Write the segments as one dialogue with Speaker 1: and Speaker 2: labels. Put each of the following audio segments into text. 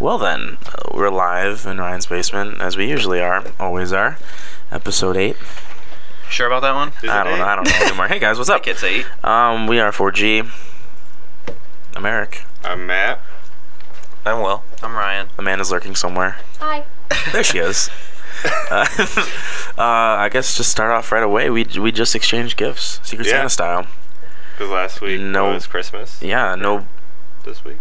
Speaker 1: Well, then, uh, we're live in Ryan's basement, as we usually are, always are. Episode 8.
Speaker 2: Sure about that one?
Speaker 1: I don't know. I don't know anymore. hey, guys, what's
Speaker 2: I
Speaker 1: up?
Speaker 2: think it's eight.
Speaker 1: Um, we are 4G. I'm Eric.
Speaker 3: I'm Matt.
Speaker 4: I'm Will.
Speaker 2: I'm Ryan.
Speaker 1: The man is lurking somewhere.
Speaker 5: Hi.
Speaker 1: There she is. uh, uh, I guess just start off right away. We we just exchanged gifts, Secret
Speaker 3: Yeah.
Speaker 1: Santa style.
Speaker 3: Because last week
Speaker 1: No.
Speaker 3: was Christmas.
Speaker 1: Yeah, no,
Speaker 3: This week.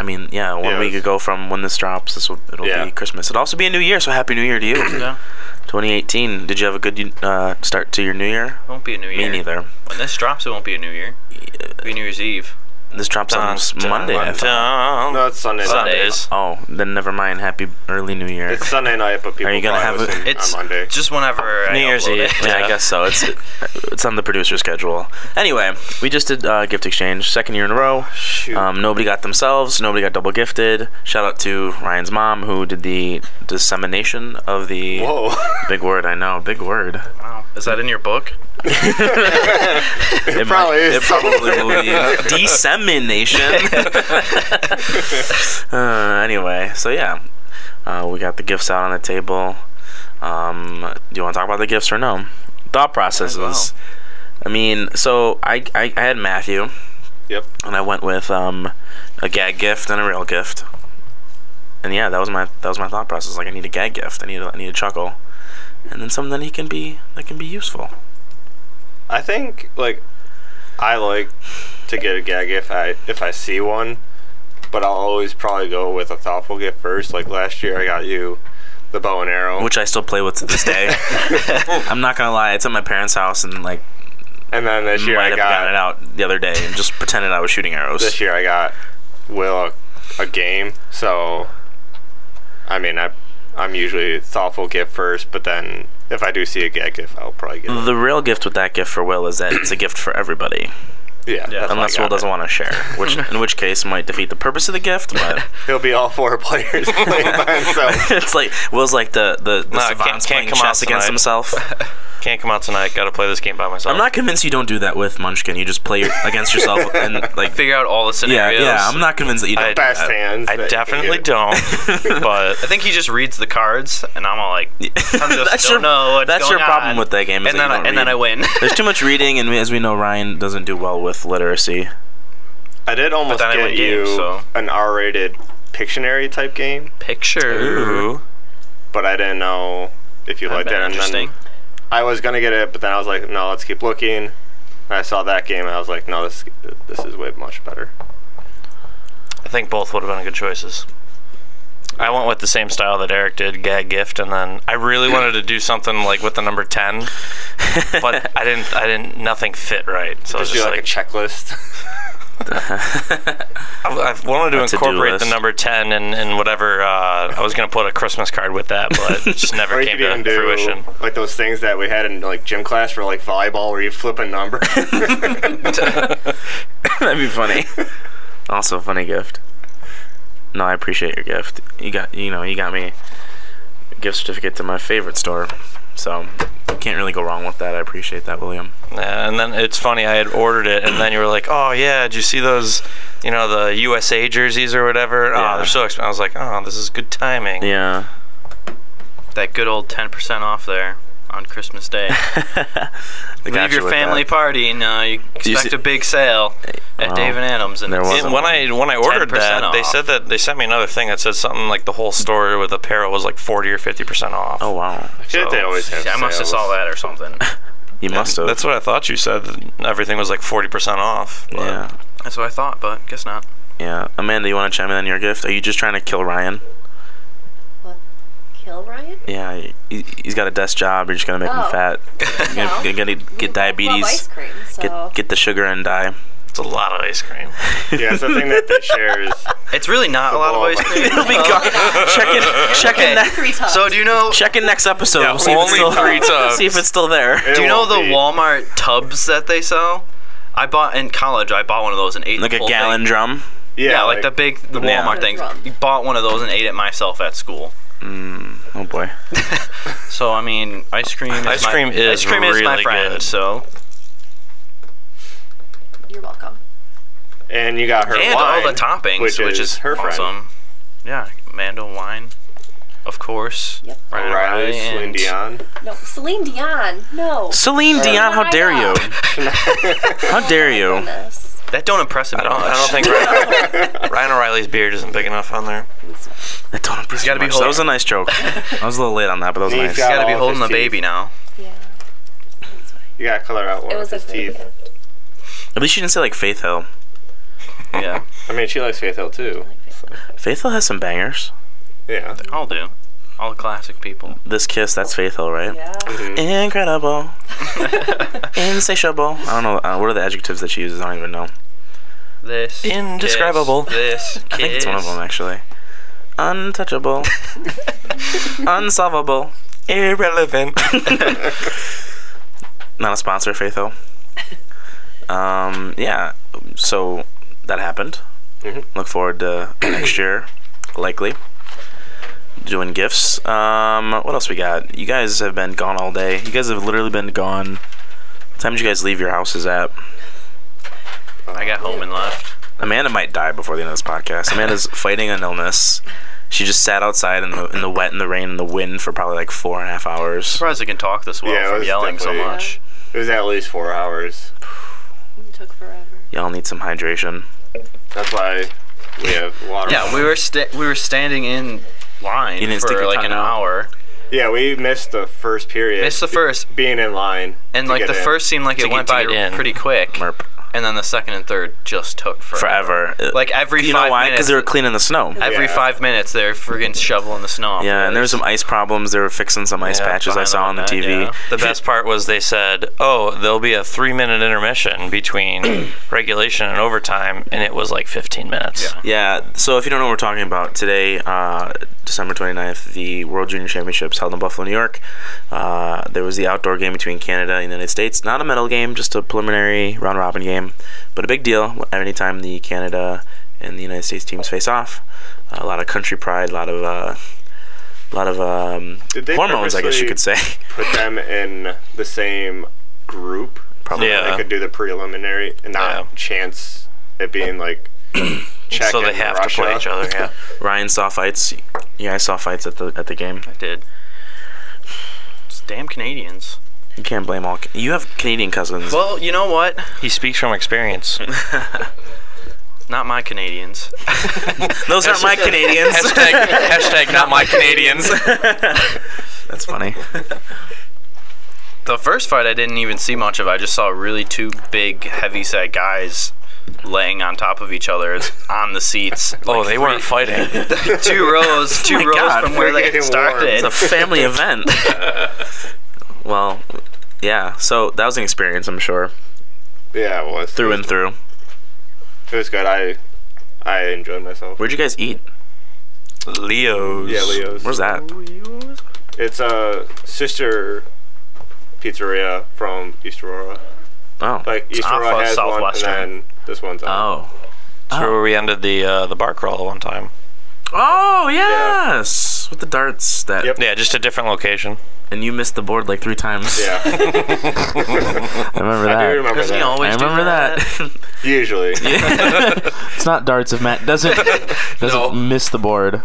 Speaker 1: I mean, yeah, one
Speaker 3: Yeah,
Speaker 1: week
Speaker 3: it's-
Speaker 1: ago from when this drops, this will it'll
Speaker 3: Yeah.
Speaker 1: be Christmas. It'll also be a new year, so happy new year to you.
Speaker 2: No,
Speaker 1: 2018. Did you have a good uh, start to your new year?
Speaker 2: won't be a new year.
Speaker 1: Me neither.
Speaker 2: When this drops, it won't be a new year. It'll be New Year's Eve.
Speaker 1: This drops on
Speaker 4: Dun,
Speaker 1: s-
Speaker 4: dun,
Speaker 1: Monday. I thought.
Speaker 4: dun.
Speaker 3: No, it's Sunday.
Speaker 2: Sunday.
Speaker 4: Sundays.
Speaker 1: Oh, then never mind. Happy early New Year.
Speaker 3: It's Sunday night, but people
Speaker 1: Are you gonna
Speaker 3: probably
Speaker 1: have a-
Speaker 3: listen
Speaker 2: It's
Speaker 3: on Monday.
Speaker 2: just whenever I
Speaker 4: New Year's
Speaker 2: upload
Speaker 4: Eve.
Speaker 2: it.
Speaker 1: yeah, I
Speaker 4: yeah.
Speaker 1: guess so. It's it's on the producer schedule. Anyway, we just did uh, gift exchange, second year in a row.
Speaker 3: Shoot.
Speaker 1: Um, nobody got themselves. Nobody got double gifted. Shout out to Ryan's mom who did the dissemination of the
Speaker 3: Whoa.
Speaker 1: big word. I know, big word.
Speaker 2: Wow. Is that in your book?
Speaker 1: It, might-
Speaker 3: probably is.
Speaker 1: It probably will be dissemination. uh, anyway, so yeah, uh, we got the gifts out on the table. Um, do you want to talk about the gifts or no? Thought processes.
Speaker 2: Might as
Speaker 1: I mean, so I, I I had Matthew,
Speaker 3: yep.
Speaker 1: and I went with um, a gag gift and a real gift. And yeah, that was my that was my thought process. Like I need a gag gift. I need a, I need a chuckle, and then something that he can be that can be useful.
Speaker 3: I think like I like to get a gag if I if I see one, but I'll always probably go with a thoughtful gift first. Like last year, I got you the bow and arrow,
Speaker 1: which I still play with to this day. I'm not gonna lie, it's at my parents' house, and like
Speaker 3: and then this year
Speaker 1: might
Speaker 3: I
Speaker 1: have
Speaker 3: got
Speaker 1: gotten it out the other day and just pretended I was shooting
Speaker 3: this
Speaker 1: arrows.
Speaker 3: year I got Will a, a game, so I mean I I'm usually thoughtful gift first, but then if I do see a gag gift, I'll probably get it.
Speaker 1: The real gift with that gift for Will is that it's a gift for everybody,
Speaker 3: yeah. that's why I
Speaker 1: unless
Speaker 3: got
Speaker 1: Will doesn't
Speaker 3: it.
Speaker 1: want to share, which in which case might defeat the purpose of the gift. But
Speaker 3: He'll be all four players playing by himself.
Speaker 1: it's like Will's like the the, the
Speaker 4: No, I
Speaker 1: savant
Speaker 4: can't- can't
Speaker 1: playing
Speaker 4: come out
Speaker 1: chess against
Speaker 4: tonight.
Speaker 1: himself.
Speaker 4: Can't come out tonight. Got to play this game by myself.
Speaker 1: I'm not convinced you don't do that with Munchkin. You just play your, against yourself and like
Speaker 2: Figure out all the
Speaker 1: yeah
Speaker 2: scenarios.
Speaker 1: yeah. I'm not convinced that you don't.
Speaker 3: Best hands.
Speaker 4: I
Speaker 3: that you can
Speaker 4: definitely
Speaker 3: get.
Speaker 4: don't. But
Speaker 2: I think he just reads the cards, and I'm all like, I just
Speaker 1: that's
Speaker 2: don't
Speaker 1: your
Speaker 2: know what's
Speaker 1: that's your
Speaker 2: going
Speaker 1: problem
Speaker 2: on.
Speaker 1: with that game. Is
Speaker 2: And
Speaker 1: that
Speaker 2: then,
Speaker 1: you
Speaker 2: I,
Speaker 1: don't
Speaker 2: and then
Speaker 1: read.
Speaker 2: I win.
Speaker 1: There's too much reading, and we, as we know, Ryan doesn't do well with literacy.
Speaker 3: I did almost
Speaker 2: then I
Speaker 3: get
Speaker 2: win
Speaker 3: you
Speaker 2: games, so.
Speaker 3: an R-rated Pictionary type game,
Speaker 2: Picture.
Speaker 1: Ooh.
Speaker 3: but I didn't know if you
Speaker 2: That'd
Speaker 3: liked
Speaker 2: been
Speaker 3: it. And then
Speaker 2: interesting.
Speaker 3: I was gonna get it, but then I was like, no, let's keep looking. And I saw that game, and I was like, no, this this is way much better.
Speaker 4: I think both would have been good choices. I went with the same style that Eric did, gag gift, and then I really wanted to do something like with the number ten, but I didn't. I didn't. Nothing fit right, so I was
Speaker 3: Just do
Speaker 4: just
Speaker 3: like, a
Speaker 4: like,
Speaker 3: checklist.
Speaker 4: I, I wanted to
Speaker 1: A to-do
Speaker 4: incorporate the
Speaker 1: list.
Speaker 4: number ten and and whatever. Uh, I was gonna put a Christmas card with that, but it just
Speaker 3: or
Speaker 4: never
Speaker 3: you
Speaker 4: came
Speaker 3: could even
Speaker 4: to
Speaker 3: do
Speaker 4: fruition.
Speaker 3: like those things that we had in like gym class for like volleyball, where you flip a number.
Speaker 1: That'd be funny. also, a funny gift. No, I appreciate your gift. You got, you know, you got me a gift certificate to my favorite store, so you can't really go wrong with that. I appreciate that, William.
Speaker 4: Yeah, and then it's funny. I had ordered it, and then you were like, "Oh yeah, did you see those? You know the USA jerseys or whatever?
Speaker 1: Yeah.
Speaker 4: Oh, they're so expensive." I was like, "Oh, this is good timing."
Speaker 1: Yeah.
Speaker 2: That good old 10% off there on Christmas Day. Leave your family party, and uh, you
Speaker 1: you
Speaker 2: expect
Speaker 1: see-
Speaker 2: a big sale at
Speaker 1: Wow.
Speaker 2: Dave and Adams. And
Speaker 1: There
Speaker 2: it's-
Speaker 1: was
Speaker 4: It- when I when I
Speaker 2: 10%
Speaker 4: ordered that, they
Speaker 2: off.
Speaker 4: said that they sent me another thing that said something like the whole store with apparel was like forty or fifty percent off.
Speaker 1: Oh wow.
Speaker 3: I feel like they always have.
Speaker 2: I must have
Speaker 3: sales.
Speaker 2: saw that or something.
Speaker 1: You must have.
Speaker 4: That's what I thought you said. that Everything was like forty percent off. but-
Speaker 1: yeah.
Speaker 2: That's what I thought, but guess not.
Speaker 1: Yeah. Amanda, you want to chime in on your gift? Are you just trying to kill Ryan?
Speaker 5: Kill Ryan?
Speaker 1: Yeah. He, he's got a desk job. You're just gonna make
Speaker 5: Oh.
Speaker 1: him fat. You're gonna, you're gonna get
Speaker 5: Love
Speaker 1: diabetes.
Speaker 5: ice cream, so.
Speaker 1: Get get the sugar and die.
Speaker 4: it's a lot of ice cream.
Speaker 3: Yeah, it's the thing that they share is
Speaker 2: It's really not a lot of
Speaker 3: ball.
Speaker 2: ice cream.
Speaker 1: It'll be gone. check in, check in,
Speaker 2: Okay.
Speaker 1: ne-
Speaker 5: Three tubs.
Speaker 2: So do you know?
Speaker 1: check in next episode.
Speaker 4: Yeah,
Speaker 1: we'll see if it's
Speaker 4: only
Speaker 1: still,
Speaker 4: three tubs.
Speaker 1: See if it's still there.
Speaker 3: It
Speaker 2: Do you know
Speaker 3: won't
Speaker 2: the
Speaker 3: be.
Speaker 2: Walmart tubs that they sell? I bought in college. I bought one of those and ate
Speaker 1: Like
Speaker 2: the
Speaker 1: a
Speaker 2: whole
Speaker 1: gallon
Speaker 2: Thing.
Speaker 1: drum.
Speaker 3: Yeah,
Speaker 2: Yeah, like, the big the
Speaker 1: Yeah.
Speaker 2: Walmart things.
Speaker 5: Drum.
Speaker 2: You bought one of those and ate it myself at school.
Speaker 1: Oh boy.
Speaker 2: So I mean, ice cream. Is
Speaker 4: Ice
Speaker 2: my,
Speaker 4: cream is
Speaker 2: ice cream is my
Speaker 4: really
Speaker 2: friend.
Speaker 4: good.
Speaker 2: So
Speaker 5: You're welcome.
Speaker 3: and you got her
Speaker 2: and
Speaker 3: wine,
Speaker 2: all the toppings,
Speaker 3: which,
Speaker 2: which, is,
Speaker 3: her friend.
Speaker 2: awesome. Yeah, Mandel wine, of course.
Speaker 5: Yep.
Speaker 2: Ryan
Speaker 3: O'Reilly,
Speaker 2: O'Reilly
Speaker 3: Celine
Speaker 2: and-
Speaker 3: Dion.
Speaker 5: No, Celine Dion. No.
Speaker 1: Celine
Speaker 3: Or-
Speaker 1: Dion, how
Speaker 5: Mariah.
Speaker 1: dare you? How dare you?
Speaker 5: Goodness.
Speaker 2: That don't impress him.
Speaker 4: I don't.
Speaker 2: much.
Speaker 4: I don't think Ryan, Ryan O'Reilly's beard isn't big enough on there.
Speaker 1: That don't impress
Speaker 2: He's gotta
Speaker 1: me
Speaker 2: be
Speaker 1: much. That was a
Speaker 2: holding-
Speaker 1: nice joke. I was a little late on that, but that was
Speaker 3: He's
Speaker 1: nice.
Speaker 2: He's
Speaker 3: got
Speaker 2: got to be
Speaker 3: all of
Speaker 2: holding
Speaker 3: his
Speaker 2: a
Speaker 3: teeth.
Speaker 2: baby now.
Speaker 5: Yeah. That's fine.
Speaker 3: You gotta color out one
Speaker 5: It
Speaker 3: of
Speaker 5: was a
Speaker 3: his
Speaker 5: good
Speaker 3: teeth.
Speaker 5: idea.
Speaker 1: At least you didn't say like Faith Hill.
Speaker 2: Yeah,
Speaker 3: I mean, she likes Faith Hill too.
Speaker 1: Faith Hill has some bangers.
Speaker 3: Yeah.
Speaker 2: I'll do. All the classic people.
Speaker 1: This kiss, that's Faith Hill, right?
Speaker 5: Yeah.
Speaker 3: Mhm.
Speaker 1: Incredible. Insatiable. I don't know. Uh, what are the adjectives that she uses? I don't even know.
Speaker 2: This
Speaker 4: Indescribable.
Speaker 2: This, this
Speaker 1: I think it's one of
Speaker 2: kiss.
Speaker 1: them, actually. Untouchable. Unsolvable.
Speaker 4: Irrelevant.
Speaker 1: Not a sponsor, Faith Hill. Um, yeah, so that happened.
Speaker 3: Mhm.
Speaker 1: Look forward to next year, likely. Doing gifts. Um, what else we got? You guys have been gone all day. You guys have literally been gone. What time did you guys leave your houses at?
Speaker 2: I got home and left.
Speaker 1: Amanda might die before the end of this podcast. Amanda's fighting an illness. She just sat outside in the, in the wet and the rain and the wind for probably like four and a half hours.
Speaker 2: Surprised I can talk this well
Speaker 3: Yeah, it
Speaker 2: from
Speaker 3: was
Speaker 2: yelling so
Speaker 3: definitely-
Speaker 2: much.
Speaker 3: It was at least four hours.
Speaker 5: It took forever.
Speaker 1: Y'all need some hydration.
Speaker 3: That's why we have water.
Speaker 2: Yeah, we were sta- we were standing in line
Speaker 1: You didn't stick
Speaker 2: for
Speaker 1: your
Speaker 2: like
Speaker 1: tongue
Speaker 2: an
Speaker 1: out.
Speaker 2: hour,
Speaker 3: Yeah, we missed the first period.
Speaker 2: Missed the
Speaker 3: be-
Speaker 2: first.
Speaker 3: being in line.
Speaker 2: and
Speaker 3: to
Speaker 2: like
Speaker 3: get
Speaker 2: the
Speaker 3: in.
Speaker 2: first seemed like
Speaker 4: To
Speaker 2: it
Speaker 4: get-
Speaker 2: went
Speaker 4: to
Speaker 2: by
Speaker 4: get in.
Speaker 2: pretty quick,
Speaker 1: Merp.
Speaker 2: and then the second and third just took forever.
Speaker 1: Forever. Uh,
Speaker 2: Like every
Speaker 1: You know
Speaker 2: five
Speaker 1: why? Because
Speaker 2: minutes,
Speaker 1: they were cleaning the snow.
Speaker 2: every
Speaker 3: Yeah.
Speaker 2: five minutes they're friggin' shoveling the snow. off
Speaker 1: Yeah,
Speaker 2: the
Speaker 1: and there was some ice problems. They were fixing some ice
Speaker 4: Yeah,
Speaker 1: patches I
Speaker 2: vinyl
Speaker 1: saw on the
Speaker 2: and that,
Speaker 1: TV.
Speaker 2: yeah.
Speaker 4: The best part was they said, "Oh, there'll be a three-minute intermission between regulation and overtime," and it was like 15 minutes.
Speaker 1: Yeah,
Speaker 2: Yeah.
Speaker 1: so if you don't know what we're talking about, today, uh, December 29th, the World Junior Championships held in Buffalo, New York. Uh, there was the outdoor game between Canada and the United States. Not a medal game, just a preliminary round robin game, but a big deal every time the Canada and the United States teams face off. a lot of country pride, a lot of. Uh, a lot of um,
Speaker 3: Did they
Speaker 1: hormones, I guess you
Speaker 3: purposely-
Speaker 1: could say.
Speaker 3: Put them in the same group.
Speaker 1: Probably.
Speaker 4: Yeah.
Speaker 3: They could do the preliminary and not
Speaker 4: Yeah.
Speaker 3: chance it being like. Czech
Speaker 4: So they
Speaker 3: and
Speaker 4: have to
Speaker 3: Russia.
Speaker 4: play each other. Yeah.
Speaker 1: Ryan saw fights. You guys saw fights at the at the game.
Speaker 2: I did. It's damn Canadians.
Speaker 1: You can't blame all. You have Canadian cousins.
Speaker 2: Well, you know what?
Speaker 4: He speaks from experience.
Speaker 2: Not my Canadians.
Speaker 1: Those aren't my Canadians.
Speaker 4: hashtag, hashtag not my Canadians.
Speaker 1: That's funny.
Speaker 2: The first fight I didn't even see much of. I just saw really two big, heavyset guys laying on top of each other on the seats.
Speaker 4: Oh,
Speaker 2: Like
Speaker 4: they weren't fighting.
Speaker 2: two rows, two rows
Speaker 1: God,
Speaker 2: from where
Speaker 3: we're
Speaker 2: they had
Speaker 3: getting
Speaker 1: It's
Speaker 2: started.
Speaker 1: a family event. well, yeah. So that was an experience, I'm sure,
Speaker 3: Yeah, it was.
Speaker 1: through and through.
Speaker 3: It was good. I I enjoyed myself.
Speaker 1: Where'd you guys eat?
Speaker 4: Leo's.
Speaker 3: Yeah, Leo's.
Speaker 1: Where's that?
Speaker 3: It's a sister pizzeria from East Aurora.
Speaker 1: Oh.
Speaker 3: Like East
Speaker 2: off
Speaker 3: Aurora
Speaker 2: of
Speaker 3: has one, and
Speaker 2: Southwestern.
Speaker 3: then this one's on.
Speaker 1: Oh.
Speaker 4: That's where we ended the uh, the bar crawl one time.
Speaker 1: Oh yes, with the darts that.
Speaker 3: Yep.
Speaker 4: Yeah, just a different location.
Speaker 1: And you missed the board like three times.
Speaker 3: Yeah,
Speaker 1: I remember
Speaker 3: I
Speaker 1: that.
Speaker 3: do remember
Speaker 2: Doesn't
Speaker 3: that.
Speaker 2: he always
Speaker 1: I
Speaker 2: do
Speaker 1: remember that.
Speaker 3: Usually,
Speaker 1: it's not darts if Matt doesn't doesn't
Speaker 2: No.
Speaker 1: miss the board.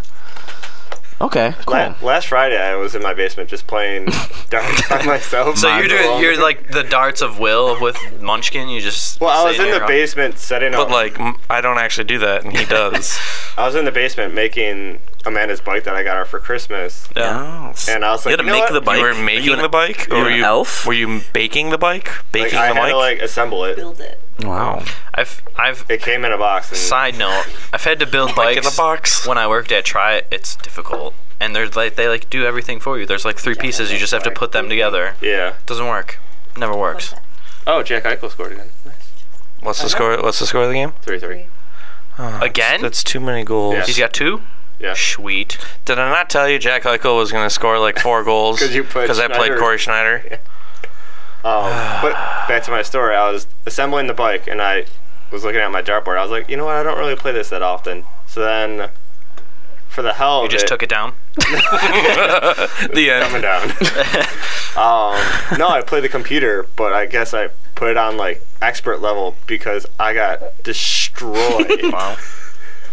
Speaker 1: Okay, cool.
Speaker 3: La- last Friday I was in my basement just playing darts by myself.
Speaker 2: So you're doing,
Speaker 3: Alone.
Speaker 2: you're like the darts of will with Munchkin. You just
Speaker 3: Well, I
Speaker 2: sit
Speaker 3: was in the
Speaker 2: there-
Speaker 3: basement setting up.
Speaker 4: But like, m- I don't actually do that, and he does.
Speaker 3: I was in the basement making Amanda's bike that I got her for Christmas,
Speaker 4: Yeah.
Speaker 1: Yes.
Speaker 3: and I was
Speaker 1: You
Speaker 3: like,
Speaker 1: had to
Speaker 3: you know
Speaker 1: make
Speaker 3: what?
Speaker 1: the bike.
Speaker 4: You were
Speaker 1: Like,
Speaker 4: making
Speaker 1: you an-
Speaker 4: the bike,
Speaker 1: you
Speaker 4: or were
Speaker 1: an
Speaker 4: you
Speaker 1: elf?
Speaker 4: Were you baking the bike?
Speaker 3: Like,
Speaker 4: Baking
Speaker 3: I
Speaker 4: the
Speaker 3: had
Speaker 4: bike.
Speaker 3: to like assemble it.
Speaker 5: Build it.
Speaker 1: Wow.
Speaker 2: I've I've
Speaker 3: It came in a box. And
Speaker 2: Side note: I've had to build
Speaker 4: Bike
Speaker 2: bikes
Speaker 4: in the box.
Speaker 2: when I worked at Try. It, It's difficult, and they're like they like do everything for you. There's like three pieces. You just have to put them together.
Speaker 3: Yeah.
Speaker 2: Doesn't work. Never works.
Speaker 3: Oh, Jack Eichel scored again.
Speaker 4: What's the score? What's the score of the game?
Speaker 3: Three three.
Speaker 2: Again?
Speaker 4: That's too many goals.
Speaker 3: Yeah.
Speaker 2: He's got two.
Speaker 3: Yeah.
Speaker 2: Sweet.
Speaker 4: Did I not tell you Jack Eichel was going to score like four goals?
Speaker 3: 'Cause you put
Speaker 4: I played
Speaker 3: Schneider-
Speaker 4: Corey Schneider.
Speaker 3: Um, but back to my story, I was assembling the bike and I was looking at my dartboard. I was like, you know what? I don't really play this that often. So then, for the hell,
Speaker 2: You
Speaker 3: of
Speaker 2: just took it down.
Speaker 4: The
Speaker 3: coming
Speaker 4: end.
Speaker 3: down. um, no, I play the computer, but I guess I put it on like expert level because I got destroyed.
Speaker 2: Wow.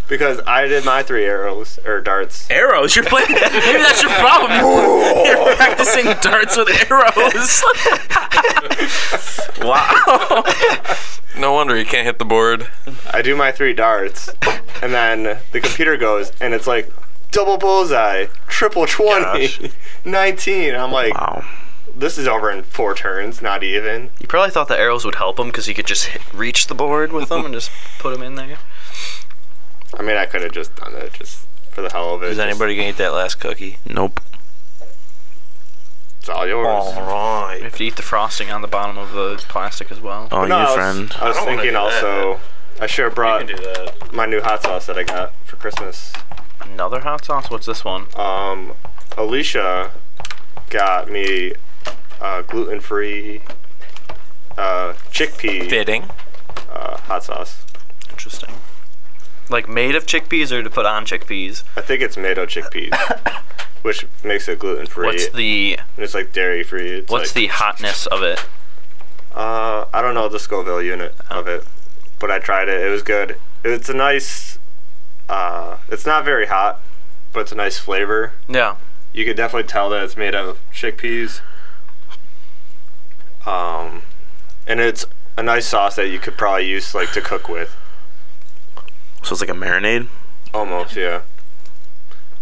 Speaker 3: because I did my three arrows or darts.
Speaker 1: Arrows? You're playing. Maybe that's your problem. You're practicing darts with arrows. wow.
Speaker 4: No wonder you can't hit the board.
Speaker 3: I do my three darts, and then the computer goes, and it's like double bullseye, triple 20, 19. And I'm like,
Speaker 1: Wow.
Speaker 3: this is over in four turns, not even.
Speaker 2: You probably thought the arrows would help him because he could just hit, reach the board with them and just put them in there.
Speaker 3: I mean, I could have just done it just for the hell of it.
Speaker 4: Is
Speaker 3: just-
Speaker 4: anybody gonna eat that last cookie?
Speaker 1: Nope.
Speaker 3: It's all yours.
Speaker 2: You
Speaker 4: right.
Speaker 2: have to eat the frosting on the bottom of the plastic as well.
Speaker 1: Oh,
Speaker 3: No, I
Speaker 1: you
Speaker 3: was,
Speaker 1: friend.
Speaker 3: I was
Speaker 4: I don't wanna
Speaker 3: thinking
Speaker 4: do that.
Speaker 3: also, I should have
Speaker 4: You
Speaker 3: brought
Speaker 4: can do that.
Speaker 3: my new hot sauce that I got for Christmas.
Speaker 2: Another hot sauce? What's this one?
Speaker 3: Um, Alicia got me uh, gluten free uh, chickpea
Speaker 4: Fitting.
Speaker 3: uh, hot sauce.
Speaker 2: Interesting. Like made of chickpeas or to put on chickpeas?
Speaker 3: I think it's made of chickpeas, which makes it gluten free.
Speaker 2: What's the
Speaker 3: and it's like dairy free. It's
Speaker 2: what's
Speaker 3: like,
Speaker 2: the hotness of it?
Speaker 3: Uh, I don't know the Scoville unit
Speaker 2: Oh.
Speaker 3: of it, but I tried it. It was good. It's a nice. Uh, it's not very hot, but it's a nice flavor.
Speaker 2: Yeah.
Speaker 3: You can definitely tell that it's made of chickpeas. Um, and it's a nice sauce that you could probably use like to cook with.
Speaker 1: So it's like a marinade.
Speaker 3: Almost, yeah.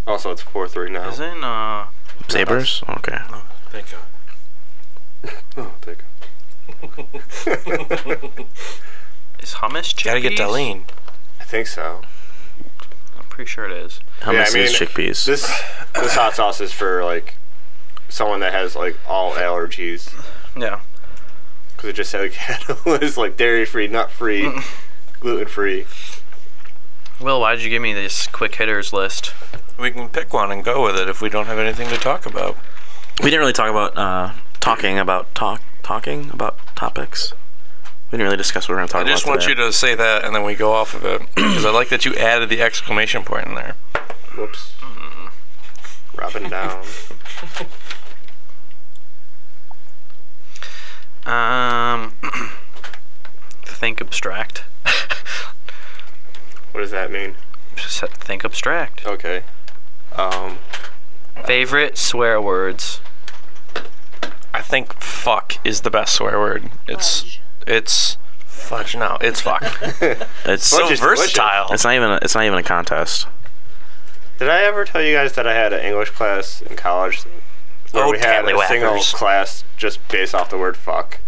Speaker 3: Also, it's four three now.
Speaker 2: Is it? Uh,
Speaker 1: Sabers. Okay.
Speaker 4: Thank God.
Speaker 3: Oh, thank you.
Speaker 2: is hummus chickpeas?
Speaker 4: Gotta get Darlene.
Speaker 3: I think so.
Speaker 2: I'm pretty sure it is.
Speaker 1: How
Speaker 3: Yeah,
Speaker 1: much
Speaker 3: I mean,
Speaker 1: is chickpeas?
Speaker 3: This this hot sauce is for like someone that has like all allergies
Speaker 2: Yeah.
Speaker 3: because it just said like, is like dairy free, nut free, gluten free.
Speaker 2: Will, why did you give me this quick hitters list?
Speaker 4: We can pick one and go with it if we don't have anything to talk about.
Speaker 1: we didn't really talk about uh, talking about talk talking about topics. We didn't really discuss what we're gonna talk
Speaker 4: I
Speaker 1: about.
Speaker 4: just want you
Speaker 1: today.
Speaker 4: to say that and then we go off of it because I like that you added the exclamation point in there.
Speaker 3: Whoops. Rubbing down.
Speaker 2: Um, think abstract.
Speaker 3: What does that mean?
Speaker 2: Just said think abstract.
Speaker 3: Okay. Um,
Speaker 2: Favorite swear words.
Speaker 4: I think fuck is the best swear word. It's
Speaker 5: Fudge.
Speaker 4: it's fudge now. It's fuck.
Speaker 1: It's
Speaker 3: Fudge
Speaker 4: so
Speaker 3: is delicious.
Speaker 4: versatile.
Speaker 1: It's not even. A, it's not even a contest.
Speaker 3: did I ever tell you guys that I had an English class in college where
Speaker 4: Oh,
Speaker 3: we had a single
Speaker 4: tallywhackers.
Speaker 3: class just based off the word fuck?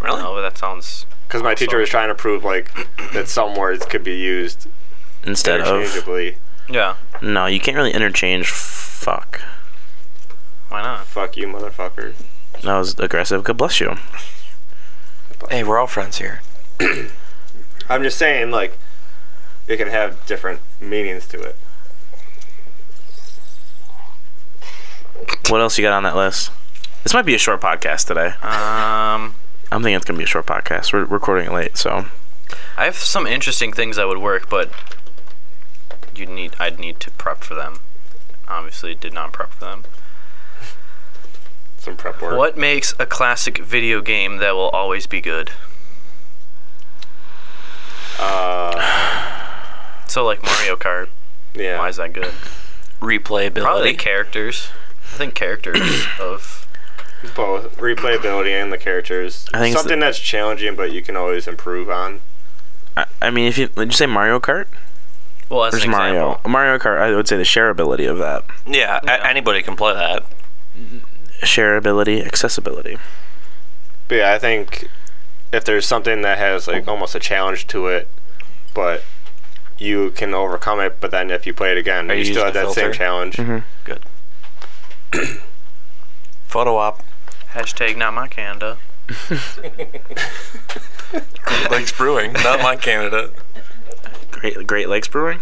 Speaker 4: Really?
Speaker 2: No, that sounds.
Speaker 3: Because my teacher was trying to prove like that some words could be used
Speaker 1: Instead of
Speaker 3: interchangeably.
Speaker 2: Yeah.
Speaker 1: no, you can't really interchange. Fuck.
Speaker 2: Why not?
Speaker 3: Fuck you, motherfucker.
Speaker 1: That was aggressive. God bless you.
Speaker 4: Hey, we're all friends here.
Speaker 3: I'm just saying, like, it can have different meanings to it.
Speaker 1: What else you got on that list? This might be a short podcast today.
Speaker 2: Um,
Speaker 1: I'm thinking it's gonna be a short podcast. We're recording it late, so
Speaker 2: I have some interesting things that would work, but you would need. I'd need to prep for them. Obviously, did not prep for them.
Speaker 3: Some prep work.
Speaker 2: What makes a classic video game that will always be good?
Speaker 3: Uh,
Speaker 2: So like Mario Kart.
Speaker 3: yeah.
Speaker 2: Why is that good?
Speaker 4: Replayability.
Speaker 2: Probably the characters. I think characters of
Speaker 3: Both replayability and the characters.
Speaker 1: I think it's
Speaker 3: Something that's challenging, but you can always improve on.
Speaker 1: I, I mean, if you did you say Mario Kart,
Speaker 2: well, as
Speaker 1: there's
Speaker 2: an example.
Speaker 1: Mario. Mario Kart. I would say the shareability of that.
Speaker 4: Yeah, a-
Speaker 2: Yeah.
Speaker 4: anybody can play that.
Speaker 1: Shareability, accessibility.
Speaker 3: But yeah, I think if there's something that has, like, almost a challenge to it, but you can overcome it, but then if you play it again,
Speaker 4: Are
Speaker 3: you,
Speaker 4: you
Speaker 3: still
Speaker 4: using
Speaker 3: have
Speaker 4: the
Speaker 3: that same
Speaker 4: filter?
Speaker 3: challenge.
Speaker 4: Good. Photo op.
Speaker 2: Hashtag not my Canada.
Speaker 4: Lakes Brewing, not my candidate.
Speaker 1: Great Great Lakes Brewing.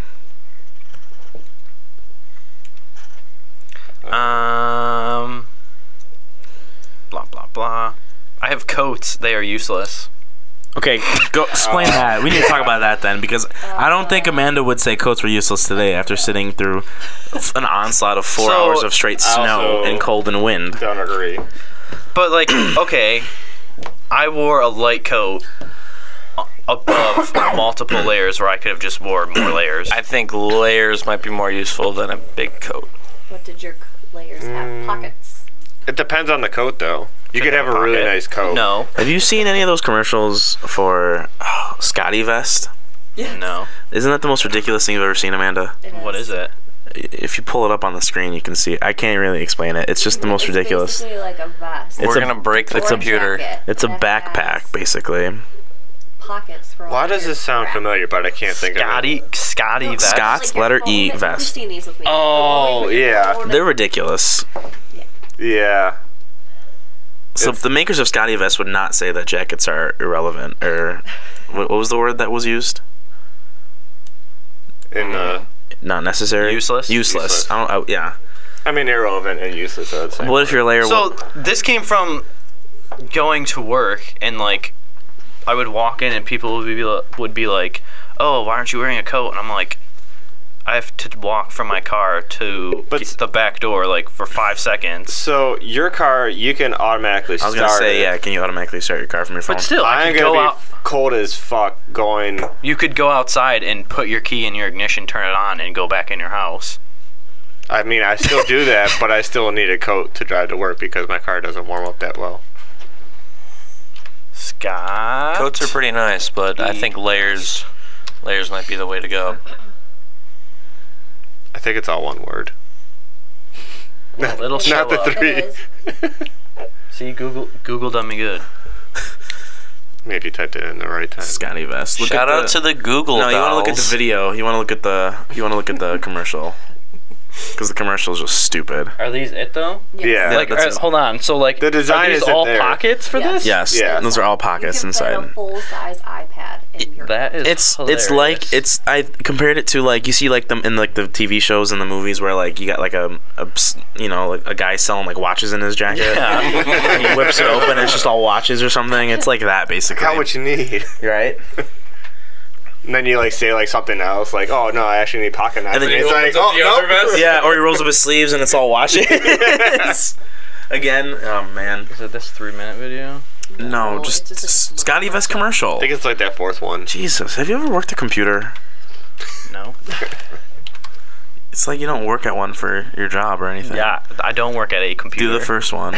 Speaker 2: Um, blah blah blah. I have coats. They are useless.
Speaker 1: Okay, go explain that. We need to talk about that then, because I don't think Amanda would say coats were useless today after sitting through an onslaught of four
Speaker 2: So,
Speaker 1: hours of straight
Speaker 3: I
Speaker 1: snow
Speaker 3: also-
Speaker 1: and cold and wind.
Speaker 3: Don't agree.
Speaker 2: But like, okay, I wore a light coat above multiple layers where I could have just wore more layers.
Speaker 4: I think layers might be more useful than a big coat.
Speaker 5: What did your c- layers have?
Speaker 1: Mm.
Speaker 5: Pockets.
Speaker 3: It depends on the coat, though. You could have a really
Speaker 2: Pocket.
Speaker 3: nice coat.
Speaker 2: No,
Speaker 1: Have you seen any of those commercials for oh, Scotty Vest?
Speaker 2: no.
Speaker 1: Isn't that the most ridiculous thing you've ever seen, Amanda?
Speaker 2: What is
Speaker 1: I-
Speaker 2: it?
Speaker 1: If you pull it up on the screen, you can see. I can't really explain it. It's just the most
Speaker 5: it's
Speaker 1: ridiculous.
Speaker 5: Basically like a vest.
Speaker 1: It's
Speaker 4: We're
Speaker 1: a-
Speaker 4: gonna break the
Speaker 5: Or
Speaker 1: it's a-
Speaker 4: computer.
Speaker 5: jacket
Speaker 1: It's a
Speaker 5: that has
Speaker 1: backpack, basically.
Speaker 5: Pockets for all
Speaker 3: Why does
Speaker 5: your
Speaker 3: this sound
Speaker 5: crap.
Speaker 3: familiar, but I can't think
Speaker 2: Scotty, Scotty
Speaker 5: No,
Speaker 2: vest.
Speaker 1: Scott-
Speaker 5: your
Speaker 1: letter
Speaker 5: phone.
Speaker 1: E,
Speaker 5: You've
Speaker 1: vest.
Speaker 5: seen these with me.
Speaker 3: Oh,
Speaker 5: The one with your
Speaker 3: yeah.
Speaker 5: phone.
Speaker 1: They're ridiculous.
Speaker 3: of it? Yeah.
Speaker 1: So
Speaker 3: If-
Speaker 1: the makers of Scotty Vest would not say that jackets are irrelevant or what, what was the word that was used?
Speaker 3: And, uh,
Speaker 1: Not necessary.
Speaker 2: Useless?
Speaker 1: Useless.
Speaker 3: Useless.
Speaker 1: I don't, I- yeah.
Speaker 3: I mean, irrelevant and useless, I would say.
Speaker 1: What if your layer?
Speaker 2: So this came from going to work and like I would walk in and people would be li- would be like, "Oh, why aren't you wearing a coat?" And I'm like, "I have to walk from my car to
Speaker 3: But s-
Speaker 2: get the back door like for five seconds."
Speaker 3: So, your car, you can automatically
Speaker 1: I was gonna say yeah. Can you automatically start your car from your phone?
Speaker 2: But still, I
Speaker 3: I'm
Speaker 2: could
Speaker 3: going
Speaker 2: go
Speaker 3: to be
Speaker 2: out.
Speaker 3: cold as fuck going.
Speaker 2: You could go outside and put your key in your ignition, turn it on, and go back in your house.
Speaker 3: I mean, I still do that, but I still need a coat to drive to work because my car doesn't warm up that well.
Speaker 2: Scott,
Speaker 4: Coats are pretty nice, but I think layers layers might be the way to go.
Speaker 3: I think it's all one word.
Speaker 2: Well, it'll show
Speaker 3: Not the
Speaker 2: up.
Speaker 3: three.
Speaker 5: It is.
Speaker 2: See, Google Google done me good.
Speaker 3: Maybe typed it in the right time.
Speaker 1: Scotty Vest. Look
Speaker 4: Shout
Speaker 1: at
Speaker 4: out
Speaker 1: the-
Speaker 4: to the Google.
Speaker 1: No, you want to look at
Speaker 4: dolls.
Speaker 1: the video. You want to look at the. You want to look at the commercial. Because the commercial is just stupid.
Speaker 2: Are these it though?
Speaker 3: Yeah.
Speaker 2: like,
Speaker 1: that's
Speaker 2: uh,
Speaker 1: just-
Speaker 2: hold on. So, like,
Speaker 3: The design
Speaker 2: are these
Speaker 3: isn't
Speaker 2: all
Speaker 3: there.
Speaker 2: pockets for
Speaker 5: Yeah.
Speaker 2: this?
Speaker 1: Yes.
Speaker 3: Yeah.
Speaker 1: Those are all pockets
Speaker 5: you can fit
Speaker 1: inside.
Speaker 5: a full size iPad in your.
Speaker 2: That is.
Speaker 1: It's it's like
Speaker 2: hilarious.
Speaker 1: it's I compared it to like you see like them in like the TV shows and the movies where like you got like a, a ps- you know like a guy selling like watches in his jacket and he whips it open and it's just all watches or something it's like that basically
Speaker 3: How much you need.
Speaker 1: right
Speaker 3: And then you, like, say, like, something else. Like, oh, no, I actually need pocket knives.
Speaker 1: And then you
Speaker 3: it's
Speaker 1: open
Speaker 3: like,
Speaker 4: up
Speaker 3: oh,
Speaker 4: the
Speaker 3: no.
Speaker 4: other vest.
Speaker 1: yeah or he rolls up his sleeves and it's all watches again oh man
Speaker 2: Is it this three minute video?
Speaker 1: no,
Speaker 5: No,
Speaker 1: just,
Speaker 5: it's Oh, just a
Speaker 1: s- Scotty Vest commercial
Speaker 3: I think it's like that fourth one.
Speaker 1: Jesus have you ever worked a computer
Speaker 2: No.
Speaker 1: it's like you don't work at one for your job or anything
Speaker 2: Yeah, I don't work at a computer.
Speaker 1: do the first one